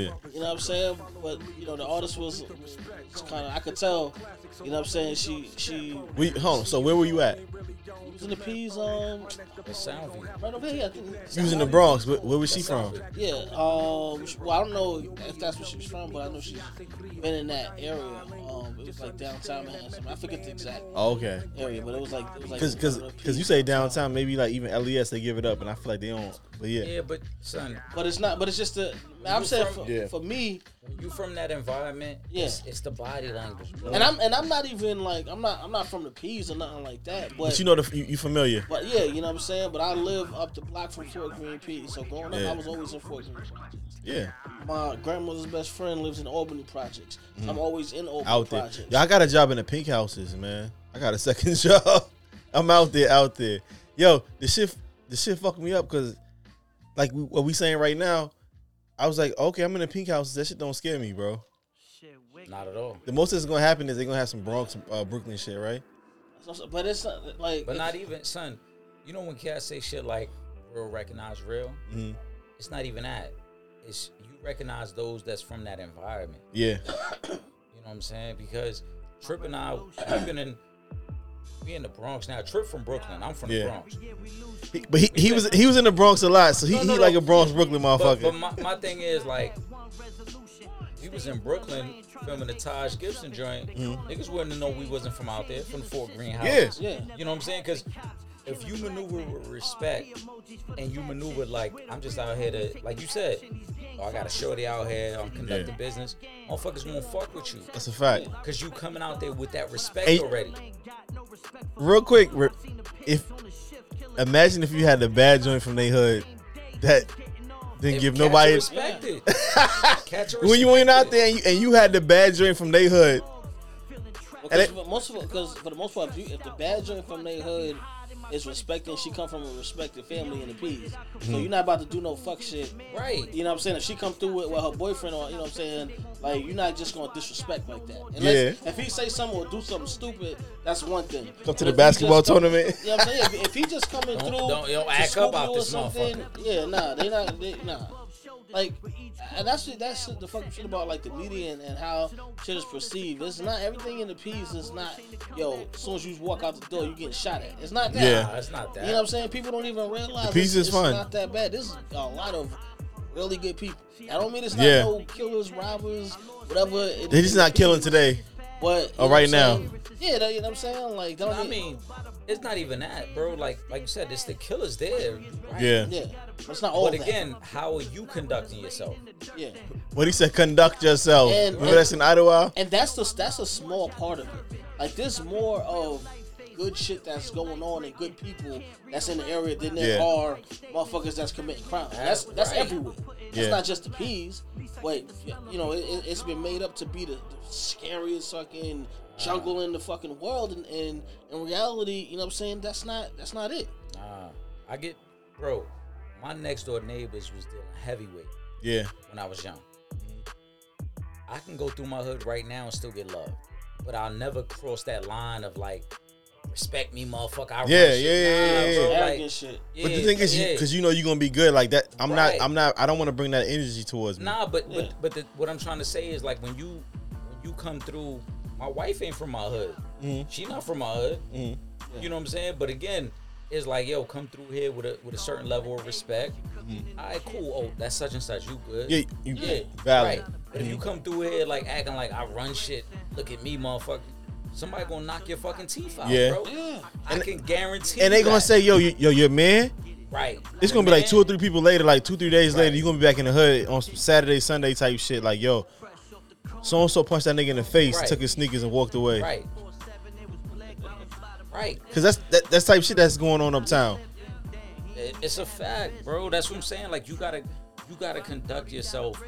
S1: Yeah.
S4: You know what I'm saying? But you know the artist was kind of I could tell. You know what I'm saying? She she
S1: We hold on. So where were you at?
S4: was in the peas um
S3: The sound view.
S4: right over here. I think
S1: You was in the Bronx. Where, where was she from?
S4: Yeah. Um. Well, I don't know if that's where she was from, but I know she's been in that area. Um. It was like downtown Manhattan. I forget the exact
S1: Oh, okay.
S4: area, but it was like it was like
S1: Cause, cause, cause you say downtown, maybe like even LES they give it up, and I feel like they don't. But yeah,
S3: Yeah, but son,
S4: But it's not. But it's just the. I'm saying for,
S1: Yeah.
S4: for me,
S3: you from that environment.
S4: Yeah.
S3: It's, it's the body language. bro.
S4: and I'm and I'm not even like I'm not I'm not from the P's or nothing like that. But,
S1: but you know the you, you familiar.
S4: But yeah, you know what I'm saying. But I live up the block from Fort Greene P. So growing up,
S1: Yeah.
S4: I was always in Fort Greene. Projects.
S1: Yeah,
S4: My grandmother's best friend lives in Albany Projects. I'm always in Albany
S1: Mm. out there.
S4: Projects.
S1: Yo, I got a job in the pink houses, man. I got a second <laughs> job. I'm out there, out there. Yo, the shit, the shit fucked me up because, like, we, what we saying right now, I was like, okay, I'm in the pink houses. That shit don't scare me, bro.
S3: Not at all.
S1: The most that's gonna happen is they're gonna have some Bronx, uh, Brooklyn shit, right?
S4: So- But it's not like.
S3: But not even, son. You know when cats say shit like "real recognize real,"
S1: Mhm.
S3: it's not even that. It's you recognize those that's from that environment.
S1: Yeah,
S3: You know what I'm saying? Because Trip and I, we've been in, we in the Bronx now. Trip from Brooklyn. I'm from
S1: Yeah.
S3: the Bronx.
S1: He- but he, he was he was in the Bronx a lot, so he,
S3: No, no,
S1: he
S3: no.
S1: like a Bronx Brooklyn
S3: But, but
S1: motherfucker.
S3: my, my thing is like, we was in Brooklyn filming the Taj Gibson joint. Niggas wouldn't know we wasn't from out there, from the Fort Greene house.
S1: Mm-hmm. Yeah.
S4: Yeah.
S3: You know what I'm saying? Because if you maneuver with respect and you maneuver like, I'm just out here to, like you said, oh, I got a shorty out here, I'm conducting
S1: Yeah.
S3: business, motherfuckers won't fuck with you.
S1: That's a fact.
S3: Because you coming out there with that respect
S1: Hey.
S3: already.
S1: real quick, re- if imagine if you had the bad joint from they hood that didn't give
S3: Cats are
S1: nobody.
S3: respected.
S1: <laughs>
S3: Cats are
S1: When you went out
S3: respected.
S1: there and you, and you had the bad joint from they hood,
S4: Because
S1: it-
S4: for most of because for the most part, if, you, if the bad joint from their hood is respecting. She come from a respected family and the peas. So you're not about to do no fuck shit.
S3: Right.
S4: You know what I'm saying? If she come through with, with her boyfriend or you know what I'm saying, like you're not just gonna disrespect like that. Unless,
S1: Yeah.
S4: If he say something or do something stupid, that's one thing.
S1: Come to
S4: But
S1: the
S4: if he
S1: basketball
S4: just come-
S1: tournament.
S4: You know what I'm saying? If, if he just coming
S3: Don't-
S4: through,
S3: don't- yo,
S4: to
S3: act
S4: scoop
S3: up out
S4: you or
S3: this
S4: something, Yeah, nah, they not, they, nah. Like, and that's the- that's the fucking shit about like the media and, and how shit is perceived. It's not everything in the piece. It's not yo. As soon as you walk out the door, you getting shot at. It's not that.
S1: Yeah.
S3: Nah, it's not that.
S4: You know what I'm saying? People don't even realize
S1: The piece is
S4: it's, it's
S1: fun.
S4: not that bad. This is a lot of really good people. I don't mean it's not
S1: Yeah.
S4: no killers, robbers, whatever. It-
S1: They're just not killing today.
S4: But you
S1: Oh,
S4: know what
S1: right
S4: I'm
S1: now.
S4: saying? Yeah, that- you know what I'm saying? Like, don't
S3: I mean, it's not even that, bro. Like, like you said, it's the killers there. Right?
S1: Yeah.
S4: yeah, it's not all
S3: But
S4: that.
S3: again, how are you conducting yourself?
S4: yeah.
S1: What he said, conduct yourself.
S4: And-
S1: Remember that's in Idaho?
S4: and that's the that's a small part of it. Like there's more of good shit that's going on and good people that's in the area than there
S1: Yeah.
S4: are motherfuckers that's committing crime. That's that's
S3: Right.
S4: everywhere. It's
S1: Yeah.
S4: not just the peas, but you know it, it, it's been made up to be the, the scariest fucking
S3: Uh.
S4: jungle in the fucking world, and, and in reality, you know what I'm saying? That's not that's not it.
S3: Nah, I get, bro. My next door neighbors was dealing heavyweight
S1: Yeah.
S3: when I was young. I can go through my hood right now and still get love, but I'll never cross that line of like, respect me, motherfucker. I run
S1: Yeah,
S3: shit."
S1: yeah, yeah,
S3: Nah,
S1: yeah,
S3: bro,
S1: yeah.
S4: Arrogant
S3: like,
S4: shit.
S1: But the
S3: yeah,
S1: thing is,
S3: yeah.
S1: because you know you're gonna be good like that. I'm
S3: Right.
S1: not. I'm not. I don't want to bring that energy towards me.
S3: Nah, but
S4: Yeah.
S3: but but the, what I'm trying to say is like when you when you come through, my wife ain't from my hood.
S1: Mm-hmm.
S3: She not from my hood. You know what I'm saying? But again, it's like yo, come through here with a with a certain level of respect. All right, cool. Oh, that's such and such. You good?
S1: Mm-hmm. Yeah, you
S3: yeah,
S1: valid.
S3: Right. But if you come through here like acting like I run shit, look at me, motherfucker. Somebody gonna knock your fucking teeth out,
S1: Yeah.
S3: bro.
S4: Yeah.
S3: I can guarantee.
S1: And they gonna
S3: that.
S1: say, yo, you, yo, you're a man.
S3: right.
S1: It's gonna be like
S3: Man,
S1: two or three people later, like two, three days
S3: Right.
S1: later, you're gonna be back in the hood on some Saturday, Sunday type shit. Like, yo, so and so punched that nigga in the face,
S3: Right.
S1: took his sneakers and walked away.
S3: Right. Right.
S1: Cause that's that, that's type shit that's going on uptown.
S3: It- It's a fact, bro. That's what I'm saying. Like you gotta, you gotta conduct yourself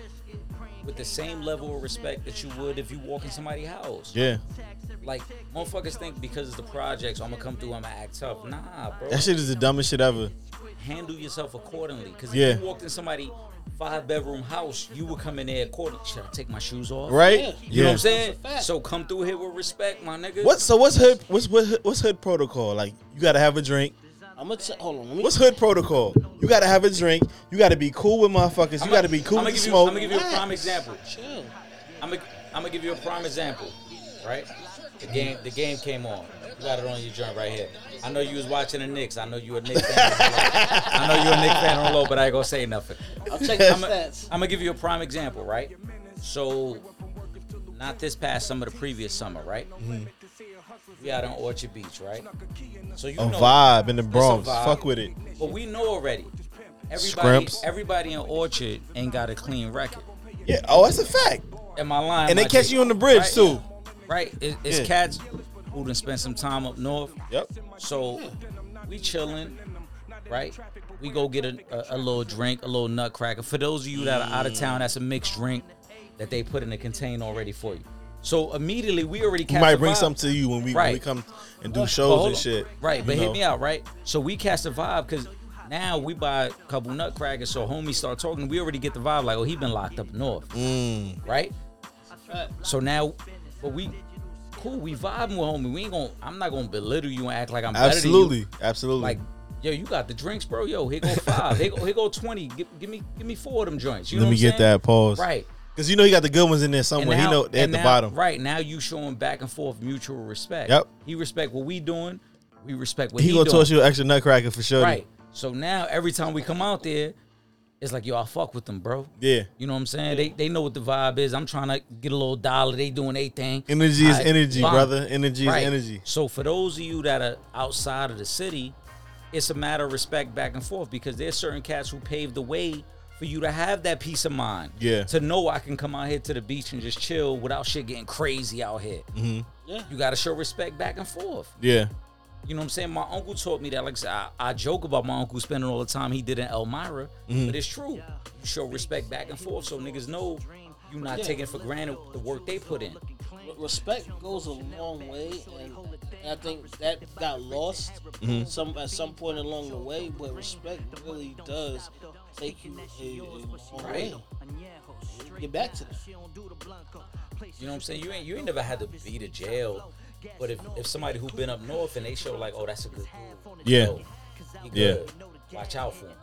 S3: with the same level of respect that you would if you walk in somebody's house.
S1: Yeah,
S3: Like motherfuckers think because it's the projects, I'm gonna come through, I'm gonna act tough. Nah, bro.
S1: that shit is the dumbest shit ever.
S3: Handle yourself accordingly. Cause if
S1: Yeah.
S3: you walked in somebody five bedroom house, you would come in there accordingly. Should I take my shoes off?
S1: Right?
S4: Yeah.
S3: You know what I'm
S4: That's
S3: saying?
S4: a fact.
S3: So come through here with respect, my nigga.
S1: What? So what's hood? What's what, hood- what's hood protocol? Like, you gotta have a drink.
S4: I'm gonna t- hold on. Let me.
S1: What's hood protocol? You gotta have a drink. You gotta be cool with motherfuckers. You gotta be cool
S3: I'm
S1: with the
S3: gonna give you,
S1: smoke.
S3: I'm gonna give you a prime example.
S4: Chill.
S3: I'm gonna I'm gonna give you a prime example, right? The game the game came on. You got it on your joint right here. I know you was watching the Knicks. I know you a Knicks fan. on the low. I know you a Knicks fan on the low, but I ain't gonna say nothing.
S4: I'll
S3: <laughs>
S4: check the
S3: I'm gonna
S4: stats.
S3: give you a prime example, right? So, not this past summer, the previous summer, right? We out on Orchard Beach, right? So you
S1: A
S3: know,
S1: vibe in the Bronx.
S3: vibe.
S1: Fuck with it.
S3: but we know already. Everybody,
S1: Scrimps.
S3: everybody in Orchard ain't got a clean record.
S1: Yeah. Oh, that's a fact.
S3: Am I lying?
S1: And they
S3: my
S1: catch
S3: G?
S1: you on the bridge
S3: Right?
S1: too.
S3: Right. It, it's
S1: Yeah.
S3: cats who done spent some time up north.
S1: Yep.
S3: So we chilling, right? We go get a, a, a little drink, a little nutcracker. For those of you that are out of town, that's a mixed drink that they put in a container already for you. So immediately we already
S1: We
S3: catch
S1: might
S3: the
S1: bring
S3: vibe.
S1: something to you when we when we
S3: Right.
S1: come and do
S3: But
S1: shows
S3: hold
S1: and
S3: on.
S1: shit.
S3: Right,
S1: you
S3: but
S1: know.
S3: hit me out, right? So we catch the vibe because now we buy a couple nutcrackers. So homies start talking, we already get the vibe like, oh, he been locked up north,
S1: Mm.
S3: right?
S4: Right.
S3: So now, but we cool, we vibing with homie. We ain't gonna, I'm not gonna belittle you and act like I'm better than
S1: Absolutely,
S3: you.
S1: absolutely.
S3: Like, yo, you got the drinks, bro. Yo, here go five, here go, here go twenty. Give, give me, give me four of them joints. You
S1: Let
S3: know
S1: me
S3: what I'm
S1: get
S3: saying?
S1: that pause.
S3: Right.
S1: Cause you know he got the good ones in there somewhere.
S3: And
S1: he
S3: now-
S1: know they at
S3: and
S1: the
S3: now-
S1: bottom.
S3: Right now, you showing back and forth mutual respect.
S1: Yep.
S3: He respect what we doing. We respect what
S1: He,
S3: he,
S1: gonna
S3: doing.
S1: toss you an extra nutcracker for sure.
S3: Right. So now every time we come out there, it's like, yo, I fuck with them, bro.
S1: Yeah.
S3: You know what I'm saying? They they know what the vibe is. I'm trying to get a little dollar. They doing their thing.
S1: Energy is
S3: I-
S1: energy,
S3: Fine.
S1: brother. Energy is energy.
S3: So for those of you that are outside of the city, it's a matter of respect back and forth because there's certain cats who paved the way for you to have that peace of mind.
S1: Yeah.
S3: To know I can come out here to the beach and just chill without shit getting crazy out here.
S1: Mm-hmm.
S4: Yeah.
S3: You gotta show respect back and forth.
S1: Yeah.
S3: You know what I'm saying? My uncle taught me that. Like I said, I, I joke about my uncle spending all the time he did in Elmira,
S1: Mm-hmm.
S3: but it's true. You show respect back and forth so niggas know you're not
S4: Yeah.
S3: taking for granted the work they put in.
S4: Respect goes a long way, and And I think that got lost
S1: Mm-hmm.
S4: some at some point along the way. But respect really does take you a, a long way. Get back to that.
S3: You know what I'm saying? You ain't you ain't never had to be to jail. But if, if somebody who been up north and they show like, oh, that's a good dude.
S1: Yeah.
S3: Yo, he good. Watch out for him.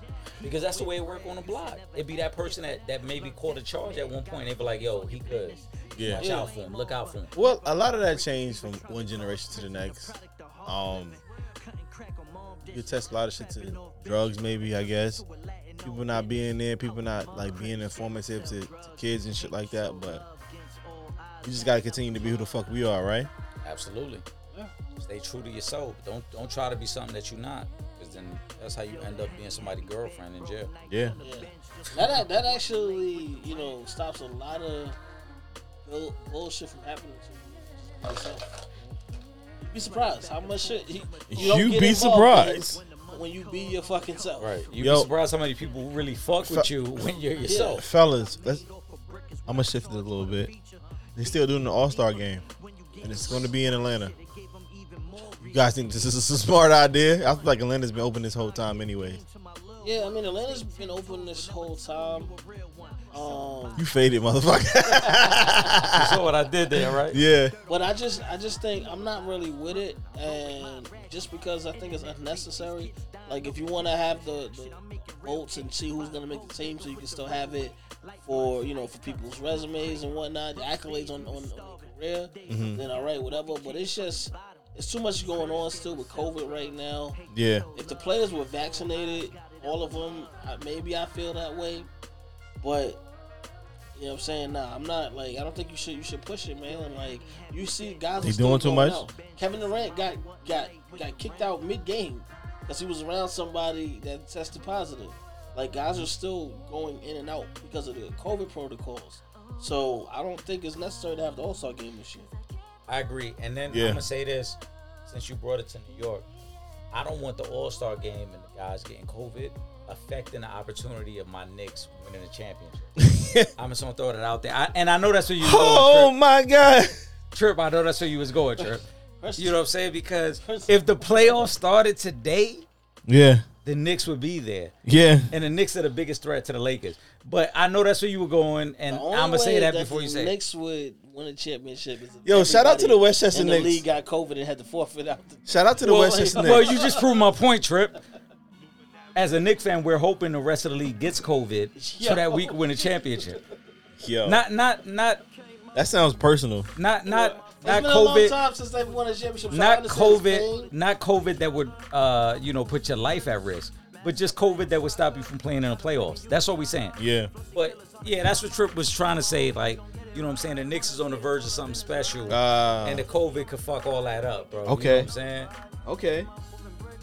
S3: Because that's the way it work on the block. It be that person that, that maybe caught a charge at one point. They be like, yo, he good.
S1: Yeah.
S3: Watch out for him. Look out for him.
S1: Well, a lot of that changed from one generation to the next. Um, you test a lot of shit to drugs, maybe I guess. People not being there, people not like being informative to, to kids and shit like that. But you just gotta continue to be who the fuck we are, right?
S3: Absolutely.
S4: Yeah.
S3: Stay true to yourself. Don't don't try to be something that you're not. Because then that's how you end up being somebody's girlfriend in jail.
S1: Yeah.
S4: Yeah. That act- that actually you know stops a lot of bull- bullshit from happening to yourself. You'd be surprised how much shit you, you don't
S1: You
S4: get
S1: be
S4: involved in
S1: surprised.
S4: when you be your fucking self.
S3: Right. You'd
S1: Yo.
S3: be surprised how many people really fuck with you
S1: <laughs>
S3: when you're yourself.
S1: Fellas, let's I'm gonna shift it a little bit. They still doing the All Star game, and it's gonna be in Atlanta. You guys think this is a smart idea? I feel like Atlanta's been open this whole time, anyway.
S4: Yeah, I mean Atlanta's been open this whole time. Um,
S1: You faded, <laughs> motherfucker.
S3: You saw what I did there, right?
S1: yeah.
S4: but I just I just think I'm not really with it, and just because I think it's unnecessary. Like if you want to have the, the votes and see who's gonna make the team, so you can still have it for you know for people's resumes and whatnot, the accolades on on, on their career. Then all right, whatever. But it's just it's too much going on still with COVID right now.
S1: Yeah.
S4: if the players were vaccinated, all of them, I, maybe I feel that way. But you know what I'm saying? Nah, I'm not like I don't think you should you should push it, man. And, like you see guys
S1: They
S4: are still
S1: doing too
S4: going
S1: much?
S4: out. Kevin Durant got got got kicked out mid game because he was around somebody that tested positive. Like guys are still going in and out because of the COVID protocols. So I don't think it's necessary to have the All Star game this year.
S3: I agree. And then
S1: Yeah.
S3: I'm gonna say this, since you brought it to New York, I don't want the All Star game and the guys getting COVID affecting the opportunity of my Knicks winning the championship.
S1: <laughs>
S3: I'm just gonna throw that out there. I, and I know that's where you was
S1: Oh
S3: going,
S1: my God.
S3: Trip. Trip. I know that's where you was
S1: <laughs>
S3: going, Trip.
S4: First-
S3: You know what I'm saying? Because
S4: First-
S3: if the playoffs started today,
S1: Yeah.
S3: the Knicks would be there.
S1: Yeah.
S3: And the Knicks are the biggest threat to the Lakers. But I know that's where you were going, and
S4: The only
S3: I'm gonna say
S4: way
S3: that before you say it.
S4: Knicks would win a championship. Is if
S1: Yo, shout out to the
S4: everybody
S1: Westchester
S4: in
S1: Knicks.
S4: The league got COVID and had to forfeit out. The,
S1: Shout out to the
S4: Well,
S1: Westchester
S4: like-
S1: Knicks.
S3: Well, you just proved my point, Trip. As a Knicks fan, we're hoping the rest of the league gets COVID so that we can win a championship.
S1: Yo,
S3: Not, not, not,
S1: that sounds personal.
S3: not, not,
S4: It's
S3: not
S4: been a long
S3: COVID.
S4: time since they've won a championship. so I
S3: Not
S4: understand this
S3: COVID.
S4: thing.
S3: Not COVID that would, uh, you know, put your life at risk, but just COVID that would stop you from playing in the playoffs. That's what we're saying.
S1: Yeah.
S3: But yeah, that's what Trip was trying to say. Like, you know what I'm saying? The Knicks is on the verge of something special,
S1: Uh,
S3: and the COVID could fuck all that up, bro. You know
S1: Okay.
S3: what I'm saying?
S1: okay.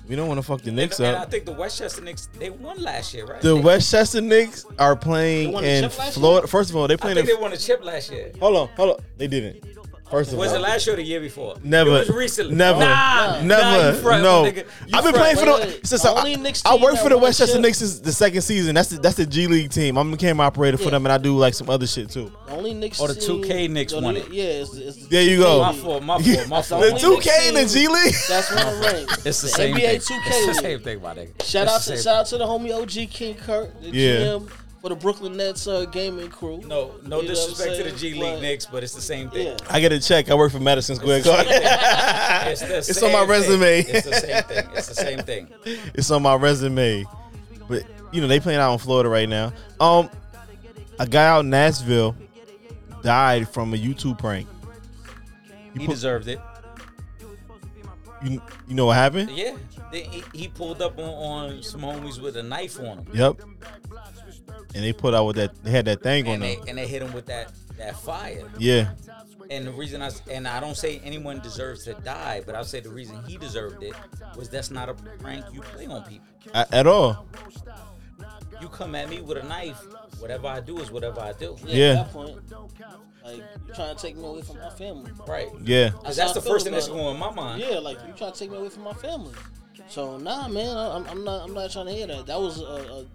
S1: We don't want to fuck the
S3: And,
S1: Knicks
S3: and I
S1: up.
S3: think the Westchester Knicks they won last year, right?
S1: The
S3: They-
S1: Westchester Knicks are playing
S4: They won the
S1: in
S4: chip last year?
S1: Florida. First of all, they
S3: I
S1: playing in.
S3: think they won a chip last year.
S1: hold on, hold on. They didn't. First of
S3: Was
S1: all,
S3: it last year or the year before?
S1: Never.
S3: It was recently.
S1: Never.
S3: Nah, Nah,
S1: Never.
S3: you front,
S1: no.
S3: my nigga. You
S1: I've been
S3: front.
S1: playing for
S4: Wait,
S1: the
S4: wait.
S1: since
S4: The
S1: I,
S4: only Knicks
S1: I
S4: team
S1: work
S4: that
S1: for the
S4: won the
S1: Westchester
S4: chip-
S1: Knicks since the second season. That's the that's the G League team. I'm a camera operator for
S4: Yeah.
S1: them, and I do like some other shit too.
S4: The only Knicks.
S3: Or the 2K
S4: team-
S3: Knicks
S4: the-
S3: won it.
S4: Yeah, it's, it's the
S1: There you
S4: 2K
S1: go.
S3: My
S4: league.
S3: fault. My fault.
S1: <laughs>
S3: My
S1: The
S4: only
S3: fault.
S4: two-
S1: two K and the
S4: Knicks
S1: G League.
S4: That's one ring.
S3: It's the
S4: The
S3: same
S4: NBA
S3: thing.
S4: 2K
S3: It's the
S4: league.
S3: same thing, my nigga.
S4: Shout
S3: It's
S4: out
S3: the
S4: to
S3: same
S4: shout out to the homie OG King Kurt, the
S1: Yeah.
S4: GM for the Brooklyn Nets uh, gaming crew.
S3: thing. No, no
S4: You know what I'm
S3: disrespect to the
S4: saying?
S3: G League
S4: But,
S3: Knicks, but it's the same thing.
S4: Yeah.
S1: I get a check. I work for Madison Square Garden. <laughs>
S3: It's, the
S1: It's on
S3: same
S1: my
S3: thing.
S1: resume.
S3: It's the same thing. It's the same thing.
S1: <laughs> it's on my resume. But you know, they playing out in Florida right now. Um, a guy out in Nashville died from a YouTube prank.
S3: He
S1: put-
S3: deserved it.
S1: You, you know what happened?
S3: Yeah. They- He, he pulled up on, on some homies with a knife on him.
S1: Yep. And they put out with that. They had that thing on
S3: And they,
S1: them.
S3: and they hit him with that, that fire.
S1: Yeah.
S3: And the reason I s- and I don't say anyone deserves to die, but I'll say the reason he deserved it was that's not a prank you play on people.
S1: A- at all.
S3: You come at me with a knife, whatever I do is whatever I do.
S4: Yeah.
S1: Yeah.
S4: At that point, like you trying to take me away from my family.
S3: Right.
S1: Yeah.
S3: 'Cause
S4: how I
S3: that's the
S4: feel
S3: first thing that's
S4: about
S3: going in my mind.
S4: Yeah, like you trying to take me away from my family. So nah, man, I- I'm, I'm not. I'm not trying to hear that. That was a, a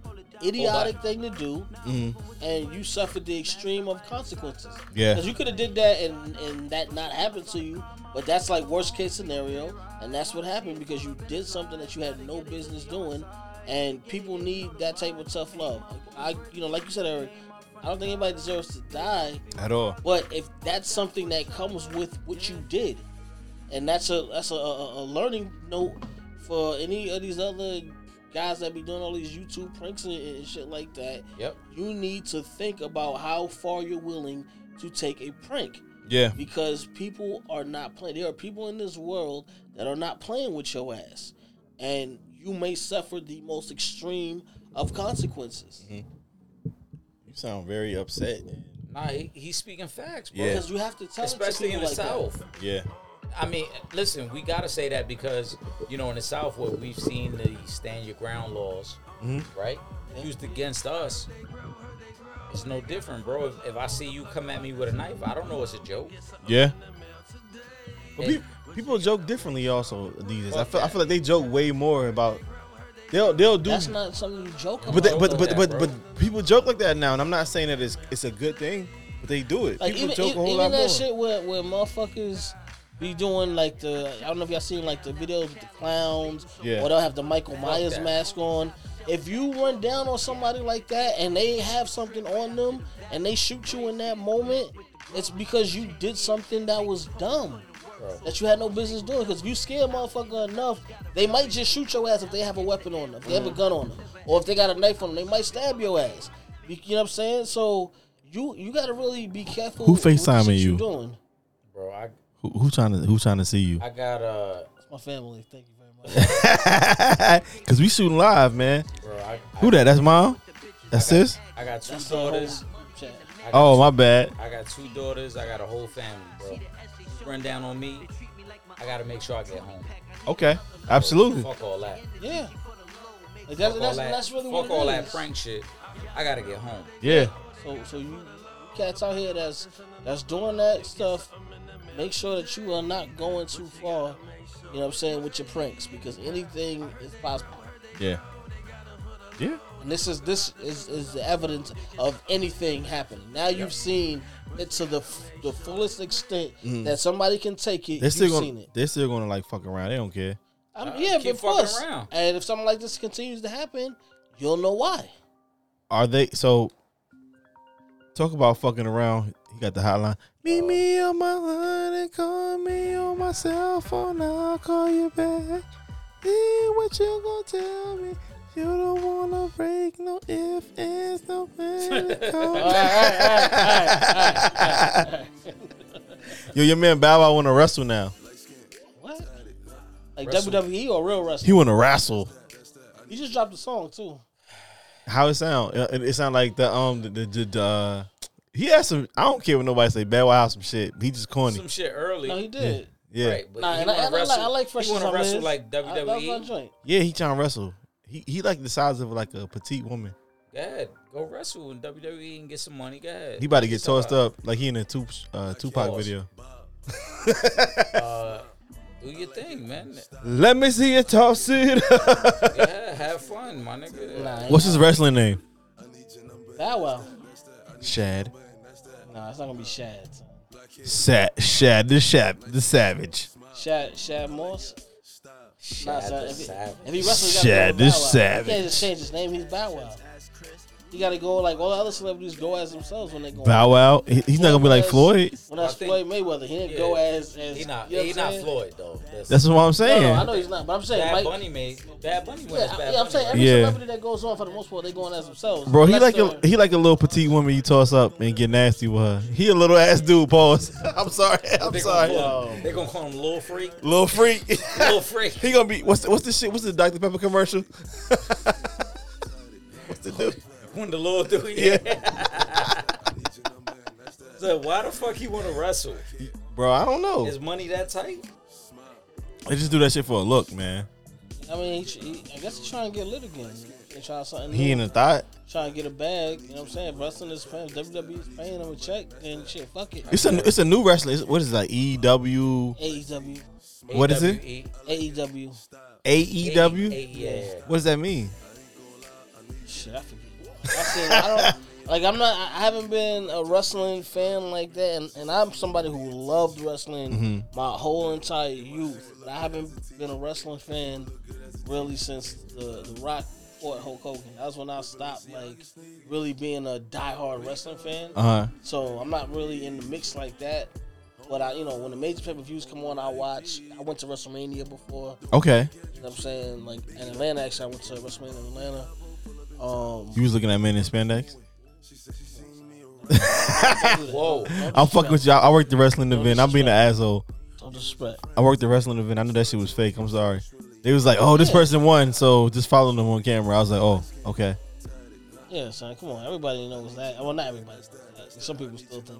S4: idiotic thing to do,
S1: Mhm.
S4: and you suffered the extreme of consequences.
S1: Yeah.
S4: because you could have did that and and that not happened to you, but that's like worst case scenario, and that's what happened because you did something that you had no business doing, and people need that type of tough love. I, you know, like you said, Eric, I don't think anybody deserves to die,
S1: at all.
S4: but if that's something that comes with what you did, and that's a that's a, a, a learning note for any of these other guys that be doing all these YouTube pranks and, and shit like that.
S3: Yep.
S4: You need to think about how far you're willing to take a prank
S1: Yeah,
S4: because people are not playing. There are people in this world that are not playing with your ass, and you may suffer the most extreme of consequences
S1: Mm-hmm. you sound very upset.
S3: Nah, he, he's speaking facts, bro.
S1: Yeah.
S4: because you have to tell it to
S3: Especially in
S4: people
S3: the
S4: like that.
S3: South.
S1: Yeah,
S3: I mean, listen, we gotta say that because you know in the South, what we've seen the stand your ground laws,
S4: Mm-hmm.
S3: right, used against us. It's no different, bro. If, if I see you come at me with a knife, I don't know it's a joke.
S1: yeah. But
S3: Hey.
S1: peop- people joke differently also these days. I
S3: Fuck
S1: feel I
S3: that.
S1: feel like they joke way more about they'll they'll do
S4: That's not something you joke about.
S1: but they,
S3: don't
S1: but
S3: know
S1: but
S3: that,
S1: but,
S3: bro.
S1: but people joke like that now, and I'm not saying that it's it's a good thing, but they do it.
S4: like
S1: people
S4: even, e
S1: joke
S4: even,
S1: a whole
S4: even
S1: lot
S4: that
S1: more.
S4: shit where, where motherfuckers be doing like the I don't know if y'all seen like the videos with the clowns
S1: Yeah.
S4: or they'll have the Michael Myers
S3: that.
S4: mask on. If you run down on somebody like that and they have something on them and they shoot you in that moment, it's because you did something that was dumb.
S3: Bro.
S4: That you had no business doing because if you scare a motherfucker enough, they might just shoot your ass if they have a weapon on them, if they have a
S3: Mm.
S4: gun on them, or if they got a knife on them, they might stab your ass. You know what I'm saying? So you you gotta really be careful
S1: Who FaceTiming
S4: what the shit
S1: you?
S4: doing?
S3: Bro, I
S1: Who, who trying to who trying to see you?
S3: I got uh,
S4: It's my family. Thank you very
S3: <laughs>
S4: much.
S1: <laughs> Cause we shooting live, man.
S3: bro, I, I,
S1: Who that? That's mom. That's sis.
S3: I got two
S4: That's the whole
S3: daughters.
S4: chat.
S3: I got
S1: Oh my bad.
S3: I got two daughters. I got a whole family, bro. Run down on me. I gotta make sure I get home.
S1: Okay, absolutely.
S3: Fuck all that.
S4: Yeah. Like
S3: Fuck
S4: that's,
S3: all
S4: that's,
S3: that.
S4: that's really
S3: Fuck
S4: what it
S3: all
S4: is.
S3: that prank shit. I gotta get home.
S1: Yeah,
S4: So so you cats out here that's that's doing that stuff, make sure that you are not going too far, you know what I'm saying, with your pranks because anything is possible.
S1: yeah, yeah.
S4: And this is this is, is the evidence of anything happening. Now you've seen it to the f- the fullest extent
S3: Mm-hmm.
S4: that somebody can take it.
S1: They're still
S4: you've
S1: gonna
S4: seen it.
S1: they're still gonna like fuck around. They don't care.
S4: I'm,
S3: Uh,
S4: yeah,
S3: keep
S4: of
S3: fucking
S4: course.
S3: around.
S4: And if something like this continues to happen, you'll know why.
S1: Are they so? Talk about fucking around. He got the hotline. Meet me on my line and call me on my cell phone. I'll call you back. Hear what you gonna tell me? You don't wanna break no if ands no ands.
S4: All right, all right, all right, all right, all right.
S1: Yo, your man Bow Wow wanna wrestle now.
S4: What? Like
S3: Wrestling.
S4: WWE or real wrestling?
S1: He wanna wrestle.
S4: You just dropped a song too.
S1: How it sound? Uh, It, it sound like the um the the, the, the uh, he had some. I don't care what nobody say. Bad Wow some shit. He just corny.
S3: Some shit early.
S4: No, he did.
S1: Yeah,
S3: Right, but
S4: Nah,
S3: he
S4: and I,
S3: wanna
S4: and I,
S3: wrestle,
S4: like, I like fresh.
S3: He wanna
S4: as I
S3: wrestle
S4: Is.
S3: like E.
S4: I- that was my
S3: WWE.
S4: joint.
S1: yeah. He trying to wrestle. He he like the size of like a petite woman.
S3: Go ahead, go wrestle in WWE E and get some money. Go ahead.
S1: He about to get
S3: So,
S1: tossed up like he in a two, uh, Tupac
S3: Pause.
S1: video.
S3: Uh, do your thing, man.
S1: Let me see you toss it. up.
S3: Yeah, have fun, my nigga.
S4: Nah,
S1: <laughs> What's his wrestling name?
S4: Bow Wow.
S1: Shad.
S4: Nah, it's not gonna be Shad. son.
S1: Sad. Shad. The Shad. The Savage.
S4: Shad Shad Moss.
S3: Shad
S4: Nah,
S3: the
S4: son. If he,
S3: Savage.
S4: if he wrestles,
S1: Shad
S4: Shad
S1: the
S4: this Savage. He
S1: Savage.
S4: can't just change his name. He's Bow Wow. You gotta go like all the other celebrities go as themselves when they go.
S1: Bow Wow. He- he's not gonna be like Floyd.
S4: When that's
S3: I think-
S4: Floyd Mayweather, he didn't
S3: Yeah.
S4: go as as.
S3: He not,
S4: you know
S3: he
S4: what I'm
S3: not
S4: saying?
S3: Floyd though.
S1: That's what I'm
S4: No,
S1: saying.
S4: no, I know he's not, but I'm saying
S3: Bad
S4: Mike.
S3: Bunny made. Bad Bunny went as
S4: yeah,
S3: Bad
S4: yeah, I'm
S3: Bunny.
S4: saying
S3: right?
S4: every
S1: Yeah.
S4: celebrity that goes on for the most part, they going as themselves.
S1: Bro, he
S4: Unless
S1: like a
S4: they're-
S1: he like a little petite woman you toss up and get nasty with her. He a little ass dude. Pause. <laughs> I'm sorry. I'm
S3: They gonna
S1: sorry.
S3: call him- they gonna call him Lil Freak.
S1: Little freak. <laughs>
S3: Lil Freak.
S1: he gonna be what's the, what's the shit? What's the Dr Pepper commercial? <laughs> what's the dude?
S3: When the Lord do it.
S1: Yeah.
S3: <laughs> So why the fuck he want to wrestle?
S1: Bro, I don't know.
S3: Is money that tight?
S1: They just do that shit for a look, man.
S4: I mean, he, he, I guess he's trying to get lit again. He's trying something
S1: He
S4: new.
S1: in a thought.
S4: trying to get a bag. You know what I'm saying? Wrestling E is paying. WWE's paying him a check. Then shit, fuck it. E
S1: It's a it's a new wrestling. It's, what is E that? EW
S4: AEW,
S1: What is it?
S3: AEW.
S4: AEW.
S1: AEW.
S3: Yeah.
S1: E What does that mean?
S4: Shit, I forget. I said I don't like. I'm not. I haven't been a wrestling fan like that, and, and I'm somebody who loved wrestling
S1: Mm-hmm.
S4: my whole entire youth. I haven't been a wrestling fan really since the, the Rock fought Hulk Hogan. That's when I stopped like really being a diehard wrestling fan.
S1: Uh huh.
S4: So I'm not really in the mix like that. But I, you know, when the major pay per views come on, I watch. I went to WrestleMania before.
S1: Okay.
S4: You know what I'm saying? Like in Atlanta, actually, I went to WrestleMania in Atlanta. Um,
S1: <laughs> You was looking at men in spandex.
S4: Whoa.
S1: I'm fucking with y'all. I worked the wrestling event. I'm being an asshole.
S4: Don't disrespect.
S1: I worked the wrestling event. I knew that shit was fake. I'm sorry. They was like, oh, this person won, so just follow them on camera. I was like, oh, okay.
S4: Yeah, son, come on. Everybody knows that. Well, not everybody. Some people still think.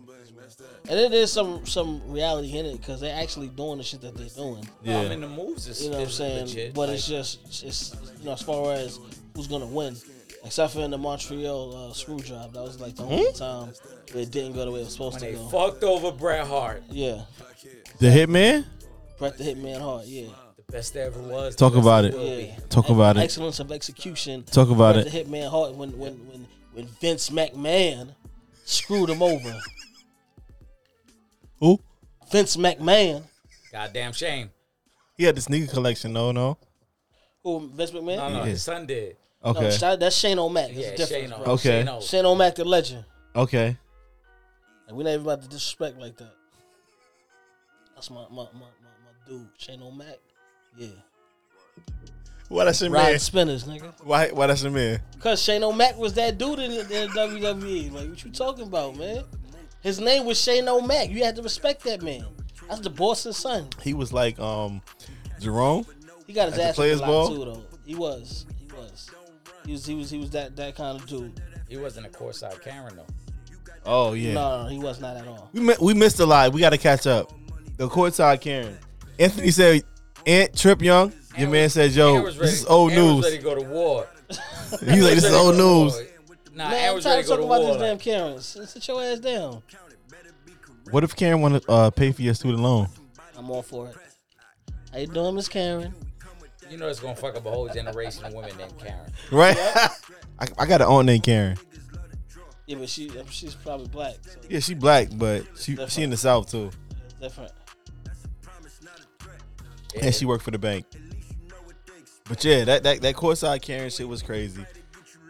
S4: And it is some some reality in it because they're actually doing the shit that they're doing.
S3: Yeah. I
S1: Yeah.
S3: mean, the moves is
S4: You know what I'm
S3: is
S4: saying?
S3: legit.
S4: But
S3: Like,
S4: it's just it's you know as far as who's gonna win, except for in the Montreal uh, screw job. That was like the only
S1: Hmm?
S4: time where it didn't go the way it was supposed
S3: when
S4: to
S3: they
S4: go.
S3: fucked over Bret Hart,
S4: yeah,
S1: The Hitman?
S4: Brett the Hitman Hard. Yeah,
S3: the best there ever was. the
S1: Talk
S3: best
S1: about
S3: there
S1: it.
S3: will
S4: yeah.
S1: Talk
S4: Ex-
S1: about it.
S4: Excellence of execution.
S1: Talk about
S4: Brett
S1: it.
S4: the Hitman Hart when when when when Vince McMahon screwed him over.
S1: Who?
S4: Vince McMahon.
S3: be. Goddamn shame.
S1: He had the sneaker collection. No, no.
S4: Who Vince McMahon?
S3: No, no,
S1: Yeah.
S3: his son did.
S4: No,
S1: Okay.
S4: shout- that's Shane O'Mac. That's
S3: Yeah,
S4: yeah,
S3: Shane.
S4: different.
S3: O-
S4: Shane,
S1: Okay.
S3: Shane O.
S4: O'Mac, the legend.
S1: Okay.
S4: Like, we're not even about to disrespect like that. That's my my, my, my, my dude, Shane O'Mac. Yeah,
S1: Why that's your
S4: Rod Spinners, nigga.
S1: Why, why that's your man?
S4: Cause Shane O'Mac was that dude in, the- in WWE. Like, what you talking about, man? His name was Shane O'Mac. You had to respect that man. That's the boss's son.
S1: He was like, um, Jerome.
S4: He got his
S1: At the
S4: ass
S1: players'
S4: players
S1: ball?
S4: ball too, though. He was, he was, he was, he was, he was that that kind of dude.
S3: He wasn't a courtside Karen though.
S1: Oh, yeah.
S4: No, no, no, he was not at all.
S1: We, mi- we missed a lot. We got to catch up. The courtside Karen. Anthony said, Aunt Trip Young. Your
S3: Aaron
S1: man
S3: was-
S1: said, yo,
S3: Aaron was
S1: this
S3: ready-
S1: is old
S3: Aaron Was
S1: news.
S3: ready to go to war.
S1: He's like, this is old news.
S3: Nah,
S4: Man,
S3: Aaron
S4: I'm
S3: was ready
S4: tired of
S3: to go to
S4: talking about
S3: war.
S4: these damn
S3: Like,
S4: Karens. Sit your ass down.
S1: What if Karen want to uh, pay for your student loan?
S4: I'm all for it. How you doing, Miss Karen?
S3: you know, it's gonna fuck up a whole generation of women named Karen.
S1: Right? I, I got an aunt named Karen.
S4: Yeah, but she she's probably black, so
S1: Yeah, she black, but she, she in the South too.
S4: it's different.
S1: <laughs> And she worked for the bank. But yeah, that that, that courtside Karen shit was crazy.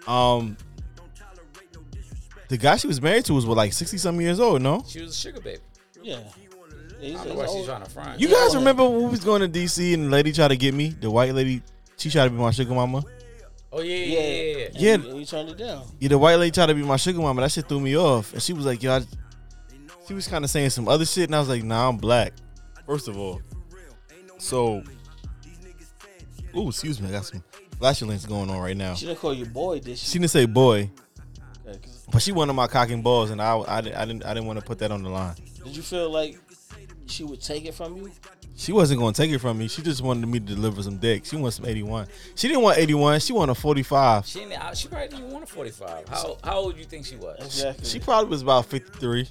S1: Um the guy she was married to was what, like sixty some years old, no?
S3: She was a sugar baby.
S4: Yeah. yeah
S3: I
S4: he's,
S3: don't know
S4: he's
S3: why she's
S4: old.
S3: trying to front.
S1: You guys remember when we was going to DC and the lady tried to get me? The white lady, she tried to be my sugar mama.
S3: oh yeah,
S4: Yeah.
S3: yeah, yeah. yeah.
S4: And
S1: Yeah.
S4: you, and you turned it down.
S1: Yeah, the white lady tried to be my sugar mama. That shit threw me off. And she was like, yo, I, she was kind of saying some other shit. And I was like, nah, I'm black. First of all. So, ooh, excuse me. I got some flatulence going on right now.
S4: She didn't call you boy, did she?
S1: She didn't say boy,
S4: Okay, 'cause-
S1: but she wanted my cock and balls, and I, I, didn't, I didn't, I didn't want to put that on the line.
S4: Did you feel like she would take it from you?
S1: She wasn't gonna take it from me. She just wanted me to deliver some dick. She wanted some 81. She didn't want 81. She wanted 45.
S3: She didn't, I- she probably didn't even want a 45. How how old you think she was?
S4: Exactly.
S1: She
S4: She,
S1: probably was about 53.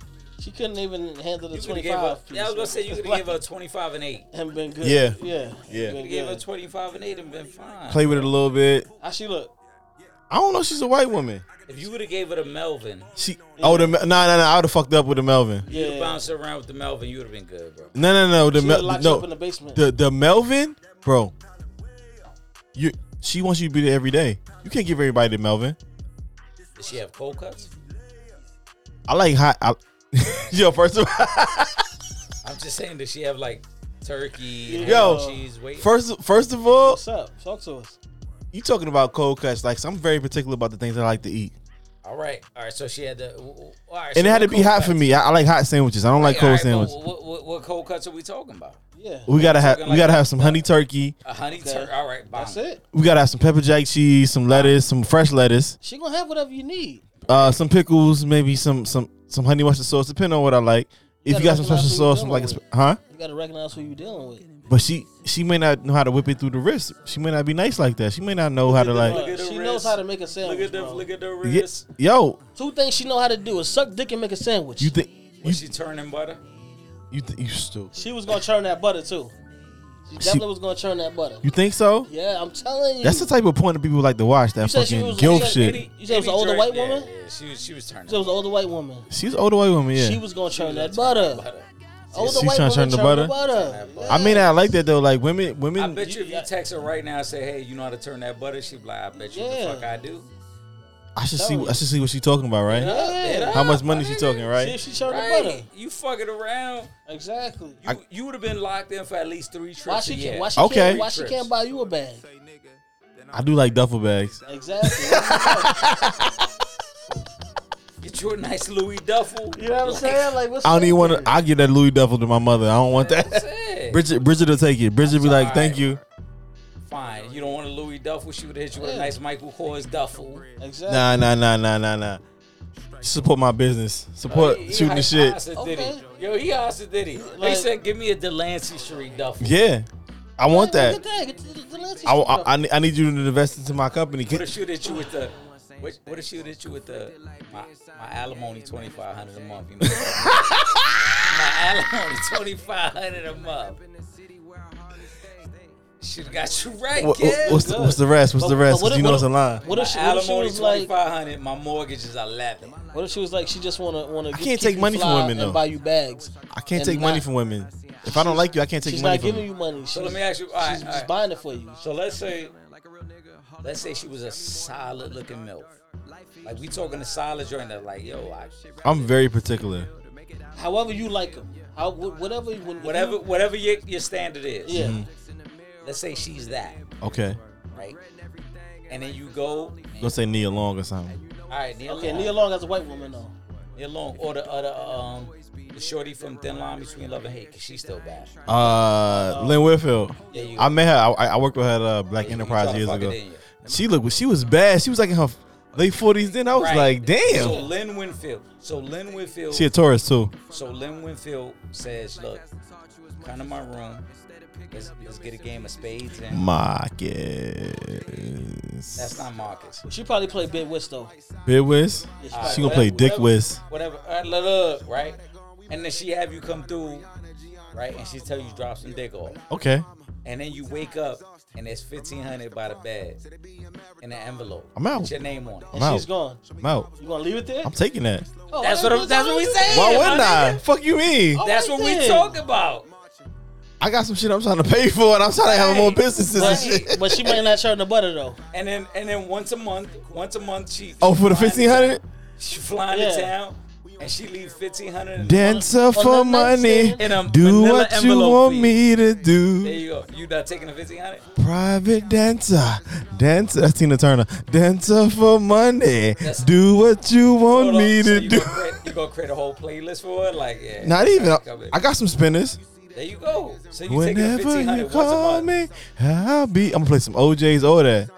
S4: couldn't even handle the
S3: You could have
S4: twenty
S3: gave her.
S4: five.
S3: Yeah, I was gonna say you could have gave her 25 and eight.
S4: And been good.
S1: Yeah.
S4: Yeah.
S1: Yeah.
S4: Been
S3: You gave her
S4: good.
S3: 25 and eight and been fine.
S1: Play with it a little bit.
S4: How she look?
S1: I don't know. She's a white woman.
S3: If you would have gave her to Melvin,
S1: She, oh, the, Mel- nah, nah, nah. I would have fucked up with the Melvin.
S3: you would
S4: Yeah.
S3: bounce around with the Melvin, you would have been good, bro.
S1: No, no, no. The
S4: She
S1: Mel-
S4: locked you
S1: no,
S4: up in the basement.
S1: the the Melvin, bro. You, she wants you to be there every day. You can't give everybody the Melvin.
S3: Did she have cold cuts?
S1: I like hot. I, <laughs> yo, first of all, <laughs>
S3: I'm just saying, did she have like turkey, ham
S1: Yo.
S3: and cheese, wait?
S1: first, first of all,
S4: What's up? Talk to us.
S1: you talking about cold cuts? Like, so I'm very particular about the things I like to eat,
S3: All right, all right. So she had the. All right,
S1: and
S3: so
S1: it had to
S3: what
S1: be
S3: cold
S1: hot
S3: cuts?
S1: for me. I, I like hot sandwiches. I don't like
S3: All
S1: cold
S3: right, but
S1: sandwiches.
S3: What, what, what cold cuts are we talking about?
S4: Yeah.
S1: We gotta have,
S3: talking
S1: we gotta
S3: like-
S1: have some honey turkey.
S3: A honey
S4: Okay.
S3: turkey. All right, bomb.
S4: That's it.
S1: We gotta have some pepper jack cheese, some lettuce, some fresh lettuce,
S4: She gonna have whatever you need.
S1: uh, some pickles, maybe some some some honey mustard sauce, depending on what I like. If
S4: gotta
S1: you got some
S4: recognize
S1: special
S4: who
S1: sauce,
S4: you're
S1: some like a,
S4: dealing
S1: sp- huh?
S4: You gotta recognize who you dealing with.
S1: But she she may not know how to whip it through the wrist. She may not be nice like that. She may not know how to
S3: Look
S1: like.
S3: at the
S4: she
S3: wrist.
S4: knows how to make a sandwich.
S3: Look at the
S4: bro.
S3: look at the
S1: Yeah,
S3: wrist.
S1: yo,
S4: Two things she know how to do is suck dick and make a sandwich.
S1: you think you
S3: Was she turning butter?
S1: you th- you stupid?
S4: she was gonna churn that butter too. She definitely was gonna turn that butter.
S1: You think so?
S4: Yeah, I'm telling you.
S1: That's the type of point that people like to watch. That
S4: said she
S1: fucking
S4: was-
S1: guilt
S4: you said
S1: shit.
S4: Eddie- You said it was an older white
S3: yeah,
S4: woman?
S3: Yeah, she was. She was turning.
S4: She was an older white woman.
S1: She's an older white woman. Yeah.
S4: She was gonna turn that butter. Older
S1: She's
S4: white
S1: tryna turn
S4: woman turn
S1: the
S4: the
S1: butter?
S4: butter.
S1: I mean, I like that though. Like women, women.
S3: I bet you if you text her right now and say, "Hey, you know how to turn that butter?" She'd be like, "I bet you
S4: Yeah.
S3: the fuck I do."
S1: I should see. I should see what she's talking about, right?
S4: Yeah.
S1: How much money she talking,
S4: See if
S1: right?
S4: she turned
S3: Right.
S4: the butter.
S3: You fucking around.
S4: Exactly.
S3: You, you would have been locked in for at least three trips
S4: Why
S3: a
S4: she
S3: year.
S4: can't? Why she
S1: Okay.
S4: can't? Why she can't buy you a bag?
S1: I do like duffel bags.
S3: <laughs>
S4: Exactly.
S3: Get you a nice Louis Duffel.
S4: you know what I'm saying? Like, what's
S1: I don't even want
S4: up
S1: to. I give that Louis duffel to my mother. I don't want that. <laughs>
S3: Said.
S1: Bridget, Bridget will take it. Bridget be like,
S3: Alright.
S1: "Thank you."
S3: Fine. You don't want a Louis Duffel? She would have hit you with a
S4: Yeah.
S3: nice Michael Kors Duffel.
S4: there? Exactly.
S1: Nah, nah, nah, nah, nah, nah. Support my business. Support
S3: He- he
S1: shooting the
S3: hosted
S1: shit.
S3: Diddy.
S4: Okay.
S3: Yo, he hosted Diddy. he
S4: Like-
S3: said, "Give me a Delancey Street Duffel."
S1: Yeah, I want
S4: Look
S1: that.
S4: at that. Get the- the Lancy
S1: I,
S4: shit
S1: I,
S4: up.
S1: I, need- I need you to invest into my company.
S3: What if she hit you with the? What, what if she hit you with the? My, my alimony twenty five hundred a month. You know. <laughs> my alimony twenty five hundred a month. Should have got you right,
S1: What-
S3: kid.
S1: what- what's, the, what's the rest? What's
S4: But-
S1: the
S4: but
S1: rest? 'Cause
S4: what if-
S1: you know
S4: what
S1: it's a
S4: if-
S1: line.
S4: What if she,
S3: my
S4: what if she
S3: alimony
S4: was
S3: twenty
S4: like?
S3: five hundred. My mortgage is eleven.
S4: What if she was like? She just wanna wanna. get-
S1: can't
S4: keep
S1: take
S4: you
S1: money from
S4: fly
S1: women,
S4: and
S1: though.
S4: Buy you bags.
S1: I can't
S4: And
S1: take money
S4: not-
S1: from women. If I don't like you, I can't take
S4: She's
S1: money
S4: not
S1: from
S4: giving
S1: you.
S4: you money. She's,
S3: So let me ask you. All
S4: she's
S3: right, all
S4: just
S3: right.
S4: buying it for you.
S3: So let's say, let's say she was a solid looking milf. Like we talking a solid joint that like, yo, I,
S1: I'm very particular.
S4: However you like them. How wh- whatever you- when,
S3: whatever whatever your, your standard is.
S4: Yeah.
S1: Mm-hmm.
S3: Let's say she's that,
S1: Okay.
S3: right? And then you go,
S1: Go say Nia Long or something.
S3: all right, Neil
S4: Okay,
S3: Long,
S4: Nia
S3: Neil,
S4: Long as a white woman though.
S3: Long, or the other um, the shorty from Thin Line Between Love and Hate, 'cause she's still bad.
S1: Uh, Lynn Whitfield.
S3: Yeah, you-
S1: I met her. I, I worked with her at uh, Black
S3: You
S1: Enterprise
S3: tryna
S1: years
S3: fuck it,
S1: ago.
S3: didn't you?
S1: She looked. She was bad. She was like in her late forties. Then I was
S3: Right.
S1: like,
S3: So
S1: damn.
S3: Lynn Winfield. So Lynn Winfield.
S1: She a Taurus too.
S3: So Lynn Winfield says, "Look, come to my room. Let's, let's get a game of spades." And that's
S1: Marcus.
S3: not Marcus.
S4: She probably played Big Witch though.
S1: Big Wiz.
S4: Yeah,
S1: She gonna play Dick
S3: whatever,
S1: Wiz.
S3: Whatever. All right, look, look, right? And then she have you come through, right? And she tell you drop some dick off,
S1: Okay.
S3: and then you wake up and there's fifteen hundred by the bed in an envelope.
S1: I'm out.
S3: With your name on it.
S1: I'm
S4: And she's
S1: out.
S4: gone.
S1: I'm out.
S4: You gonna leave it there?
S1: I'm taking that.
S4: Oh,
S3: That's
S4: I
S3: what.
S4: didn't
S3: I'm,
S4: know
S3: that's what we
S4: was
S3: saying.
S1: Why
S3: my
S1: wouldn't I?
S3: nigga.
S1: Fuck you mean?
S4: Oh.
S3: That's what we
S4: Alright,
S3: talk
S4: then.
S3: about.
S1: I got some shit I'm trying to pay for, and I'm trying to have more businesses and
S3: Right.
S1: shit.
S4: But, but she might not turn the
S3: <laughs>
S4: butter though.
S3: And then and then once a month, once a month she.
S1: Oh, for the
S3: flying-
S1: fifteen hundred.
S3: She flying
S4: Yeah.
S3: to town and she leave fifteen hundred.
S1: Dancer for
S4: on the
S1: money.
S4: nightstand.
S3: In a
S1: Do
S3: manila
S1: what you
S3: envelope
S1: want
S3: fee.
S1: me to
S3: There
S1: do.
S3: you go. You not taking the fifteen hundred?
S1: Private dancer. Dancer. That's Tina Turner. Dancer for money.
S3: That's-
S1: Do what you want me to
S3: you
S1: do.
S3: Gonna create, you gonna create a whole playlist for her? Like, yeah.
S1: Not even. I,
S3: Come in.
S1: I got some spinners.
S3: There you go. So you taking the
S1: Whenever
S3: fifteen
S1: you
S3: hundred once a
S1: call
S3: month.
S1: me, I'll be. I'm gonna play some OJ's or that.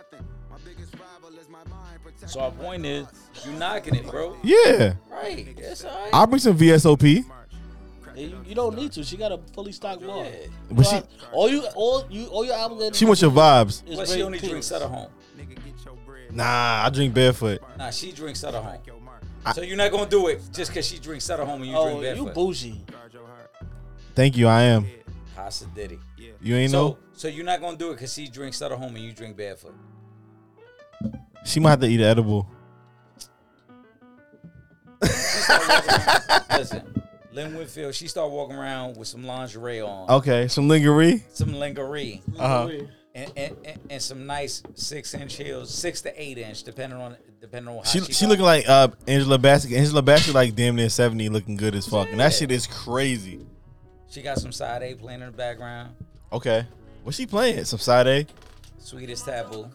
S3: So our point is, you knocking it, bro.
S1: Yeah.
S3: Right. That's all right.
S1: I'll bring some VSOP.
S4: You, you don't need to. She got a fully stocked wall.
S3: Yeah.
S1: But she-
S4: all you all you all your obligated.
S1: She wants your vibes.
S4: is
S3: But she
S4: bring
S3: only
S4: peace.
S3: drinks at her home.
S1: Nah, I drink barefoot.
S3: Nah, she drinks at her home.
S1: I-
S3: so you're not gonna do it just cause she drinks at her home and you
S4: Oh,
S3: drink
S4: you
S3: barefoot.
S4: bougie.
S1: Thank you. I am.
S3: Hasa Diddy.
S1: You ain't know.
S3: So, so you're not gonna do it cause she drinks at her home and you
S1: <laughs>
S3: drink barefoot.
S1: She might have to eat an edible.
S3: She start walking around- Listen, Lynn Whitfield, she started walking around with some lingerie on,
S1: Okay, some lingerie.
S3: some lingerie,
S1: Uh huh.
S3: and, and, and, and some nice six inch heels, six to eight inch, depending on depending on how
S1: She
S3: she,
S1: she
S3: walk.
S1: looking like uh Angela Bassett. Angela Bassett like damn near seventy, looking good as fuck, and that shit is crazy.
S3: She got some side A playing in the background.
S1: Okay, what's she playing? Some side A.
S3: Sweetest taboo.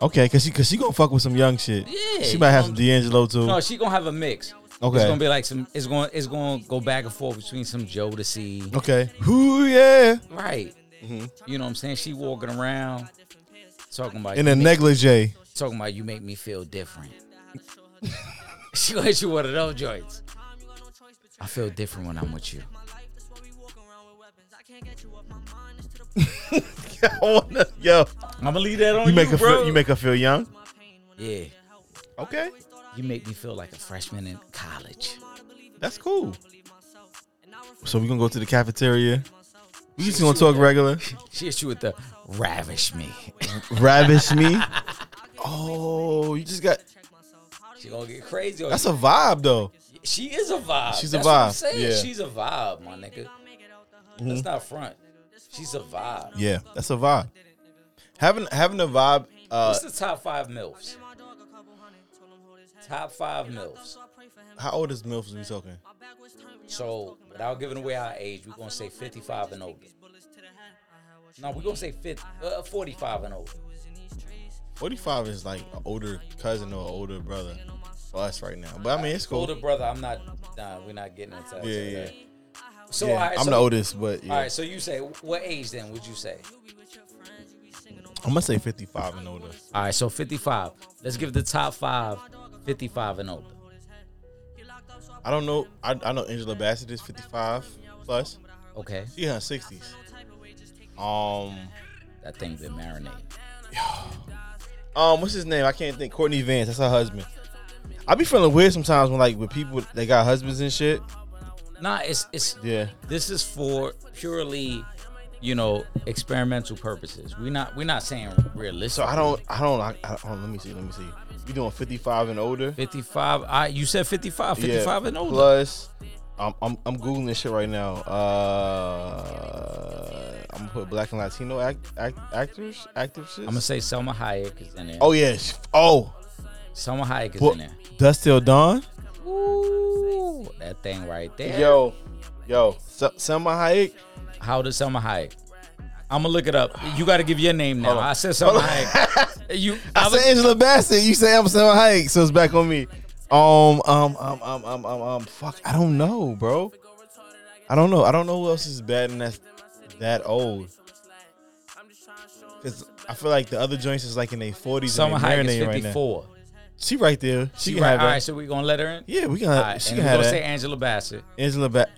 S1: Okay, cause she cause she gonna fuck with some young shit.
S3: Yeah,
S1: she might
S3: you
S1: have
S3: know-
S1: some D'Angelo too.
S3: No, she gonna have a mix.
S1: Okay.
S3: It's gonna be like some. It's gonna it's gonna go back and forth between some Jodeci.
S1: okay, who yeah
S3: Right.
S1: Mm-hmm.
S3: You know what I'm saying? She walking around talking about
S1: in a negligee.
S3: talking about you make me feel different. <laughs> she gonna hit you with one of those joints. I feel different when I'm with you.
S1: <laughs> I wanna- Yo,
S3: I'm gonna leave that on
S1: you make her
S3: bro.
S1: feel, you make her feel young.
S3: yeah,
S1: Okay,
S3: you make me feel like a freshman in college.
S1: that's cool. So we gonna go to the cafeteria. We just gonna talk regular.
S3: She hit you with the ravish me.
S1: <laughs>
S3: <laughs>
S1: Ravish me. <laughs> Oh, you just got.
S3: she gonna get crazy. on
S1: That's
S3: you.
S1: a vibe though.
S3: she is a vibe.
S1: She's a
S3: That's what I'm
S1: vibe,
S3: saying.
S1: yeah. Mm-hmm.
S3: She's a vibe, my nigga. That's not front. She's a vibe.
S1: Yeah, that's a vibe. Having having a vibe. Uh,
S3: What's the top five milfs? Top five milfs.
S1: how old is milfs we talking?
S3: So without giving away our age, we're gonna say 55 and older. No, we're gonna say 50, uh, 45 and older.
S1: Forty five is like an older cousin or older brother for us right now. But I mean, it's cool.
S3: Older brother, I'm not. Nah, we're not getting into that.
S1: Yeah, yeah.
S3: So
S1: Yeah,
S3: all right,
S1: I'm
S3: so,
S1: the oldest, but yeah.
S3: All right, so you say what age then would you say?
S1: I'm gonna say 55 and older.
S3: All right, so 55. Let's give the top five 55 and older.
S1: I don't know. I, I know Angela Bassett is 55 plus.
S3: Okay,
S1: She in her 60s. Um,
S3: that thing been marinating.
S1: um, what's his name? I can't think. Courtney Vance. That's her husband. I be feeling weird sometimes when like with people that got husbands and shit.
S3: Nah, it's it's
S1: Yeah,
S3: this is for purely, you know, experimental purposes. We're not we're not saying realistic.
S1: so I don't. I don't. I, I don't. Let me see. Let me see. You doing 55 and older?
S3: 55. I you said 55, 55 and older.
S1: Plus, I'm, I'm I'm googling this shit right now. Uh, I'm gonna put black and Latino act, act actors actresses.
S3: I'm gonna say Selma Hayek is in there.
S1: oh yeah. sh- Oh,
S3: Selma Hayek is
S1: Well-
S3: in there.
S1: Dust Till Dawn.
S3: Ooh, that thing right there.
S1: Yo, yo, Se- Selma Hayek.
S3: How does Selma Hayek? I'm gonna look it up. You got to give your name now.
S1: Hold on.
S3: I said Selma
S1: Hold on. <laughs>
S3: Hayek. You,
S1: I,
S3: I was-
S1: said Angela Bassett. You say I'm Selma Hayek, so it's back on me. Um, um, um, um, um, um, um. Fuck, I don't know, bro. I don't know. I don't know who else is bad and that's that old. Cause I feel like the other joints is like in their 40s
S3: Selma
S1: and they
S3: Hayek is
S1: marinating right now.
S3: 54.
S1: She right there. She,
S3: She
S1: can
S3: right.
S1: have
S3: All
S1: that.
S3: right, so we gonna let her in.
S1: Yeah, we can.
S3: All
S1: Have,
S3: right,
S1: she
S3: and
S1: can
S3: we're
S1: have
S3: gonna
S1: that.
S3: say Angela Bassett.
S1: Angela Bassett.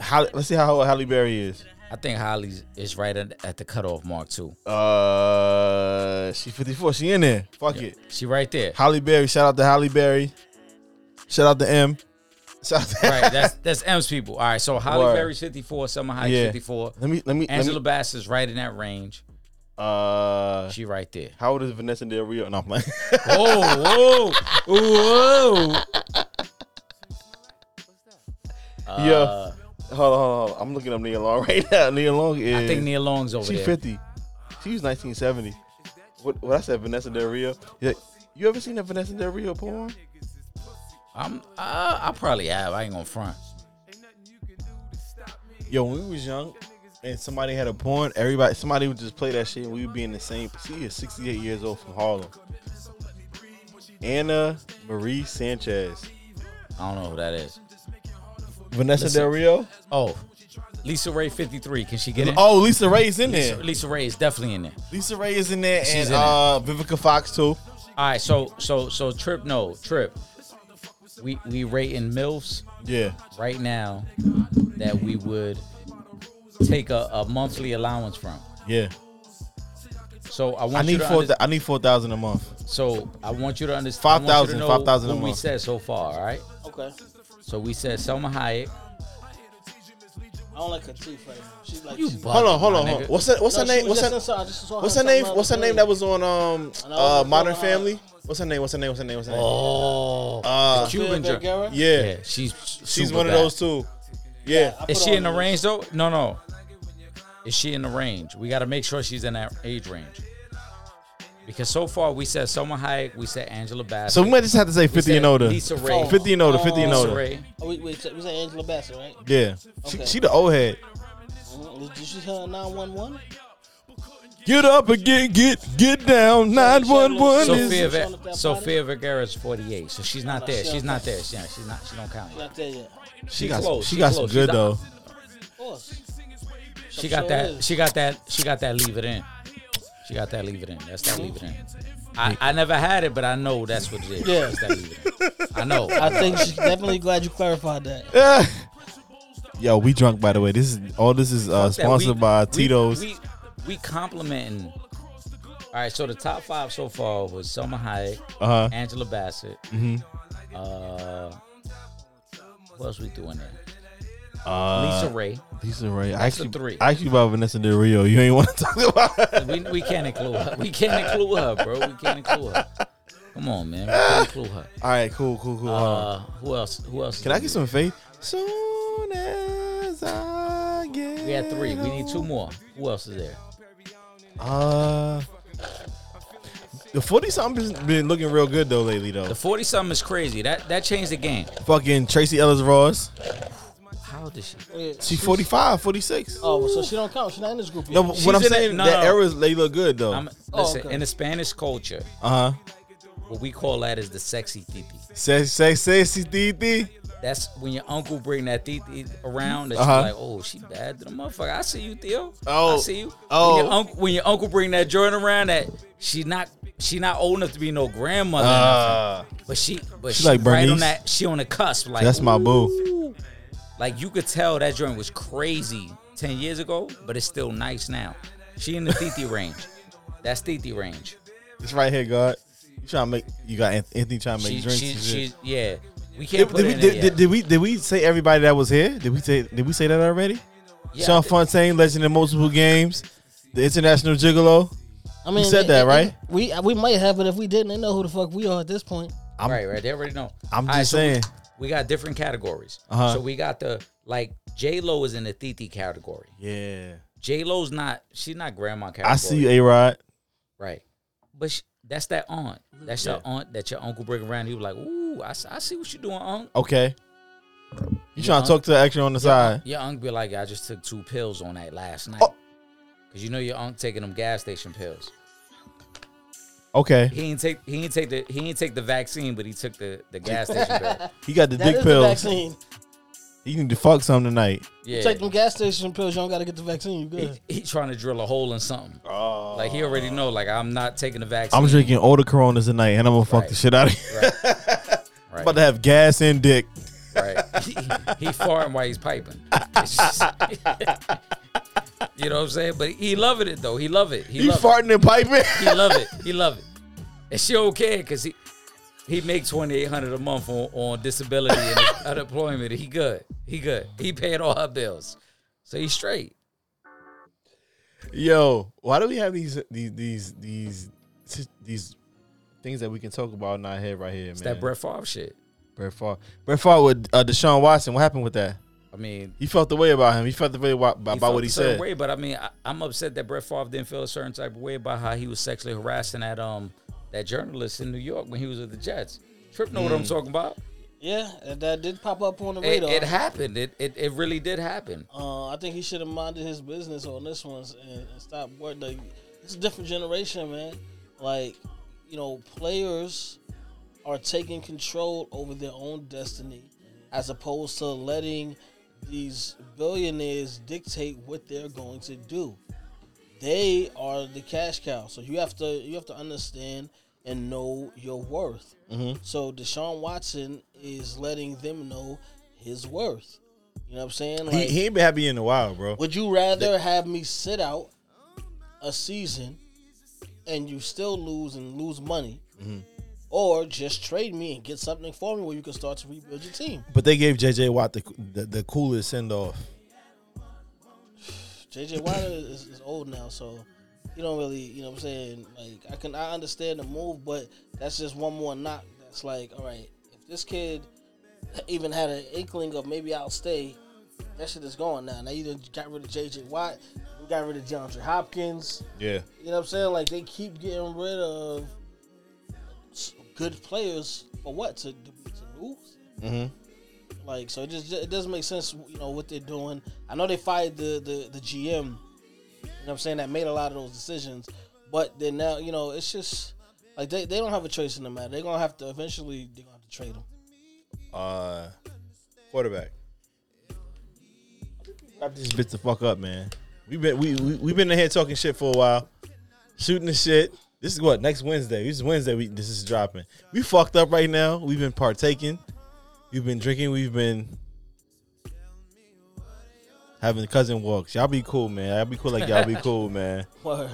S1: Holly, let's see how old Halle Berry is.
S3: I think Holly's is right at, at the cutoff mark too.
S1: Uh, she 54. She in there. Fuck it.
S3: She right there.
S1: Holly Berry. Shout out to Holly Berry. Shout out to M. Shout out to <laughs>
S3: right. That's that's M's people. All right. So Holly
S1: Word.
S3: Berry's 54. Selma Hayek's
S1: Yeah.
S3: 54.
S1: Let me let me
S3: Angela
S1: Let me,
S3: Bassett's right in that range.
S1: uh,
S3: She right there.
S1: how old is Vanessa Del Rio? No, I'm
S3: <laughs>
S1: like,
S3: Oh, <laughs> whoa, whoa. Uh,
S1: <laughs> yeah. Hold on, hold on, hold on. I'm looking up Nia Long right now. Nia Long is
S3: I think Nia Long's over
S1: she
S3: there.
S1: 50. She was 1970. What what I said, Vanessa Del Rio. Yeah. You ever seen that Vanessa Del Rio porn?
S3: I'm, uh, I probably have. I ain't gonna front.
S1: Yo, when we was young and somebody had a porn, everybody somebody would just play that shit and we would be in the same she is 68 years old from Harlem. Anna Marie Sanchez.
S3: I don't know who that is.
S1: Vanessa
S3: Listen.
S1: Del Rio.
S3: Oh, Lisa Ray 53. Can she get in?
S1: Oh, Lisa Ray is in there.
S3: Lisa Ray is definitely in there.
S1: Lisa Ray is in there,
S3: She's
S1: and
S3: in it.
S1: uh, Vivica Fox too.
S3: All right, so so so Trip, no Trip. We we rating milfs
S1: Yeah,
S3: right now that we would take a, a monthly allowance from.
S1: yeah.
S3: So I want
S1: I
S3: you
S1: need
S3: to
S1: four.
S3: under-
S1: thou- I need four thousand a month.
S3: So I want you to understand.
S1: 5,000, 5,000 a
S3: What we
S1: month.
S3: said so far, all right?
S4: Okay.
S3: So we said Selma Hayek.
S4: I don't like her teeth right now. She's like
S3: You
S4: she's-
S3: bugging,
S5: Hold on, hold
S3: my
S5: on, hold on.
S3: nigga.
S5: What's her, what's
S4: No,
S5: her
S4: she
S5: name?
S4: was
S5: What's
S4: just
S5: her,
S4: inside. I just saw her
S5: what's her
S4: talking
S5: name?
S4: about
S5: What's her
S4: the
S5: name
S4: thing.
S5: that was on um
S4: I know,
S5: uh
S4: but-
S5: Modern Family? What's her name? What's her name? What's her name? What's her name? What's her name?
S3: Oh,
S5: Uh,
S3: the Cuban
S4: Vera
S3: jerk. Yeah,
S4: Vergara?
S5: Yeah,
S3: she's
S5: she's
S3: super
S5: one of
S3: bad.
S5: those too. Yeah,
S4: I put
S3: Is
S4: her
S3: she
S4: on
S3: in the
S4: list.
S3: range though? No, no. Is she in the range? We got to make sure she's in that age range. Because so far we said Selma Hayek, we said Angela Bassett.
S1: So we might just have to say
S3: we
S1: fifty
S3: said
S1: and older.
S3: Lisa Ray.
S4: Oh,
S1: Fifty and older. Fifty and
S4: oh,
S3: Lisa
S1: older.
S3: Ray.
S4: Oh, wait, wait. so- Was that Angela Bassett, right?
S1: Yeah, she,
S4: Okay.
S1: she the old head.
S4: Mhm. Did you see her nine one one?
S1: Get up and get get get down. Nine one one
S3: Sophia,
S1: is.
S4: She's
S3: Ver-
S4: on that
S3: Sophia Vergara is 48, so she's not there.
S4: she
S3: She's
S4: on
S3: not
S4: that.
S3: there. Yeah, she's not. She don't count. yet.
S4: Not there yet.
S1: She
S3: she
S1: got
S3: close,
S1: she
S3: she
S1: got some
S3: close,
S1: good
S3: she's
S1: though.
S4: Of course.
S3: She got that. She got that. She got that. Leave it in. She got that. Leave it in. That's that. Leave it in. I, I never had it, but I know that's what it is.
S4: Yeah.
S3: That's that leave it in.
S1: <laughs>
S3: I know.
S1: Uh,
S4: I think she's definitely glad you clarified that.
S1: Ah. Yo, we drunk by the way. This is all. This is uh,
S3: Fuck that. We-
S1: sponsored by
S3: we-
S1: Tito's.
S3: We, we complimenting. All right, so the top five so far was Selma Hayek,
S1: Uh huh.
S3: Angela Bassett.
S1: Mhm.
S3: Uh, what else we doing there?
S1: Uh,
S3: Lisa Ray.
S1: Lisa Ray. I
S3: That's the
S1: actually,
S3: three.
S1: I actually about Vanessa Del Rio. You ain't want to <laughs> talk about her.
S3: We, we can't include her. We can't include her, bro. We can't include her. Come on, man. We can't include her.
S1: All right, cool, cool, cool. hold on.
S3: Uh, who else? Who else?
S1: Can I get some faith? Soon as I get.
S3: We had three. We need two
S1: home.
S3: more. Who else is there?
S1: Uh, the forty something been looking real good though lately though.
S3: The forty something is crazy. That that changed the game.
S1: Fucking Tracy Ellis Ross.
S3: How old is she?
S4: Yeah.
S1: She's 45, 46.
S4: Oh, well, so she don't count. She's not in this group yet.
S1: no, but
S3: she's
S1: what I'm
S3: in
S1: saying,
S3: it- no,
S1: that
S3: no.
S1: era is they look good though.
S3: I'm,
S4: Oh,
S3: listen,
S4: okay.
S3: in the Spanish culture,
S1: uh huh.
S3: what we call that is the sexy titi.
S1: Say say sexy DD.
S3: That's when your uncle bring that titi around. That
S1: Uh-huh.
S3: you like, oh, she bad to the motherfucker. I see you, Theo.
S1: Oh.
S3: I see you.
S1: Oh.
S3: when your, uncle, when your uncle bring that joint around, that she not she not old enough to be no grandmother,
S1: Uh,
S3: but she but
S1: She
S3: she,
S1: like
S3: right
S1: Bernice.
S3: on that. She on the cusp. Like
S1: that's my boo.
S3: ooh. Like you could tell that joint was crazy ten years ago, but it's still nice now.
S1: <laughs>
S3: She in the titi range. That's titi range.
S1: It's right here, God. You trying to make you got Anth- Anthony trying to make
S3: She,
S1: drinks.
S3: she,
S1: and shit.
S3: she, yeah. We can't
S1: Did,
S3: put
S1: did
S3: it
S1: we,
S3: in
S1: did,
S3: there
S1: did,
S3: yet.
S1: did we did we say everybody that was here? Did we say did we say that already?
S3: Yeah, I
S1: Sean
S3: thi-
S1: Fontaine, legend in multiple games, the international gigolo.
S4: I mean,
S1: said that,
S4: it- it-
S1: right?
S4: We we might have, but if we didn't, they know who the fuck we are at this point.
S1: I'm-
S3: right, right. They already know.
S1: I'm
S3: All right,
S1: just
S3: so we-
S1: saying.
S3: we, got different categories.
S1: Uh-huh.
S3: So we got the like J Lo is in the Titi category.
S1: Yeah,
S3: J Lo's not. She's not grandma category.
S1: I see you, A Rod.
S3: Right. But sh that's that aunt. That's your aunt that your uncle bring around. He was like, "Ooh, I, s- I see what you doing, aunt."
S1: Okay, you trying
S3: Yeah.
S1: to talk to the extra on the side?
S3: Your uncle be like, "I just took two pills on that last night."
S1: Oh.
S3: Cause you know your uncle taking them gas station pills.
S1: Okay,
S3: He ain't take he ain't take the he ain't take the vaccine, but he took the, the gas station pill.
S1: he got the
S4: That is
S1: dick
S4: the
S1: pills.
S4: vaccine.
S1: He need to fuck some tonight.
S3: Yeah.
S4: Take them gas station pills. You don't got to get the vaccine. You good?
S3: he, he trying to drill a hole in something. Like he already know. Like I'm not taking the vaccine.
S1: I'm drinking older Coronas tonight, and I'm gonna fuck
S3: Right.
S1: the shit out of you. <laughs>
S3: Right,
S1: About to have gas and dick.
S3: right. He, he farting while he's piping. <laughs> It's just- you know what I'm saying? But he loving it though. He love it. He,
S1: You
S3: love
S1: farting and
S3: <laughs>
S1: piping.
S3: it. He love it. He love it. And she okay because he he make twenty eight hundred a month on, on disability <laughs> and unemployment. He good. He good. He paid all her bills, so he straight.
S1: Yo, why do we have these these these these these things that we can talk about in our head right here, man?
S3: It's that Brett Favre shit.
S1: Brett Favre. Brett Favre with uh, Deshaun Watson. What happened with that?
S3: I mean,
S1: He felt the way about him. He felt the way about, about
S3: he felt
S1: what he
S3: a certain
S1: said.
S3: Way, but I mean, I, I'm upset that Brett Favre didn't feel a certain type of way about how he was sexually harassing that um that journalist in New York when he was at the Jets. Trip know what
S1: Mm.
S3: I'm talking about.
S4: Yeah, and that did pop up on the
S3: It,
S4: radar.
S3: it happened. It, it it really did happen.
S4: Uh, I think he should have minded his business on this one and, and stopped work. Like, it's a different generation, man. Like, you know, players are taking control over their own destiny as opposed to letting these billionaires dictate what they're going to do. They are the cash cow, so you have to you have to understand and know your worth.
S1: Mm-hmm.
S4: So Deshaun Watson is letting them know his worth. You know what I'm saying?
S1: He,
S4: Like,
S1: he ain't been happy in a while, bro.
S4: would you rather have me sit out a season and you still lose and lose money, or just trade me and get something for me where you can start to rebuild your team?
S1: But they gave JJ Watt the the, the coolest send off.
S4: JJ Watt is, is old now, so you don't really, you know what I'm saying? Like, I can I understand the move, but that's just one more knock. That's like, all right, if this kid even had an inkling of maybe I'll stay, that shit is gone now. Now you done got rid of JJ Watt, you got rid of DeAndre Hopkins.
S1: Yeah.
S4: You know what I'm saying? Like they keep getting rid of s- good players for what to to lose.
S1: Mm-hmm.
S4: Like so, it just it doesn't make sense. You know what they're doing. I know they fired the the the GM. You know what I'm saying? That made a lot of those decisions, but then now you know it's just like they, they don't have a choice in the matter. They're gonna have to eventually. They're gonna have to trade <laughs> them.
S1: Uh, quarterback. Wrap this bitch the fuck up, man. We been we we we been in here talking shit for a while, shooting the shit. This is what next Wednesday. This is Wednesday. We this is dropping. We fucked up right now. We've been partaking. We've been drinking. We've been having cousin walks. Y'all be cool, <laughs> man. Y'all be cool like y'all be cool, man.
S4: Word.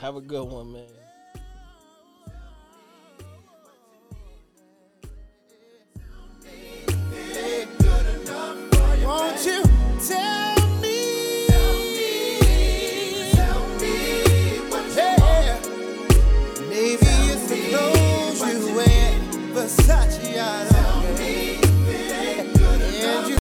S4: have a good one, man.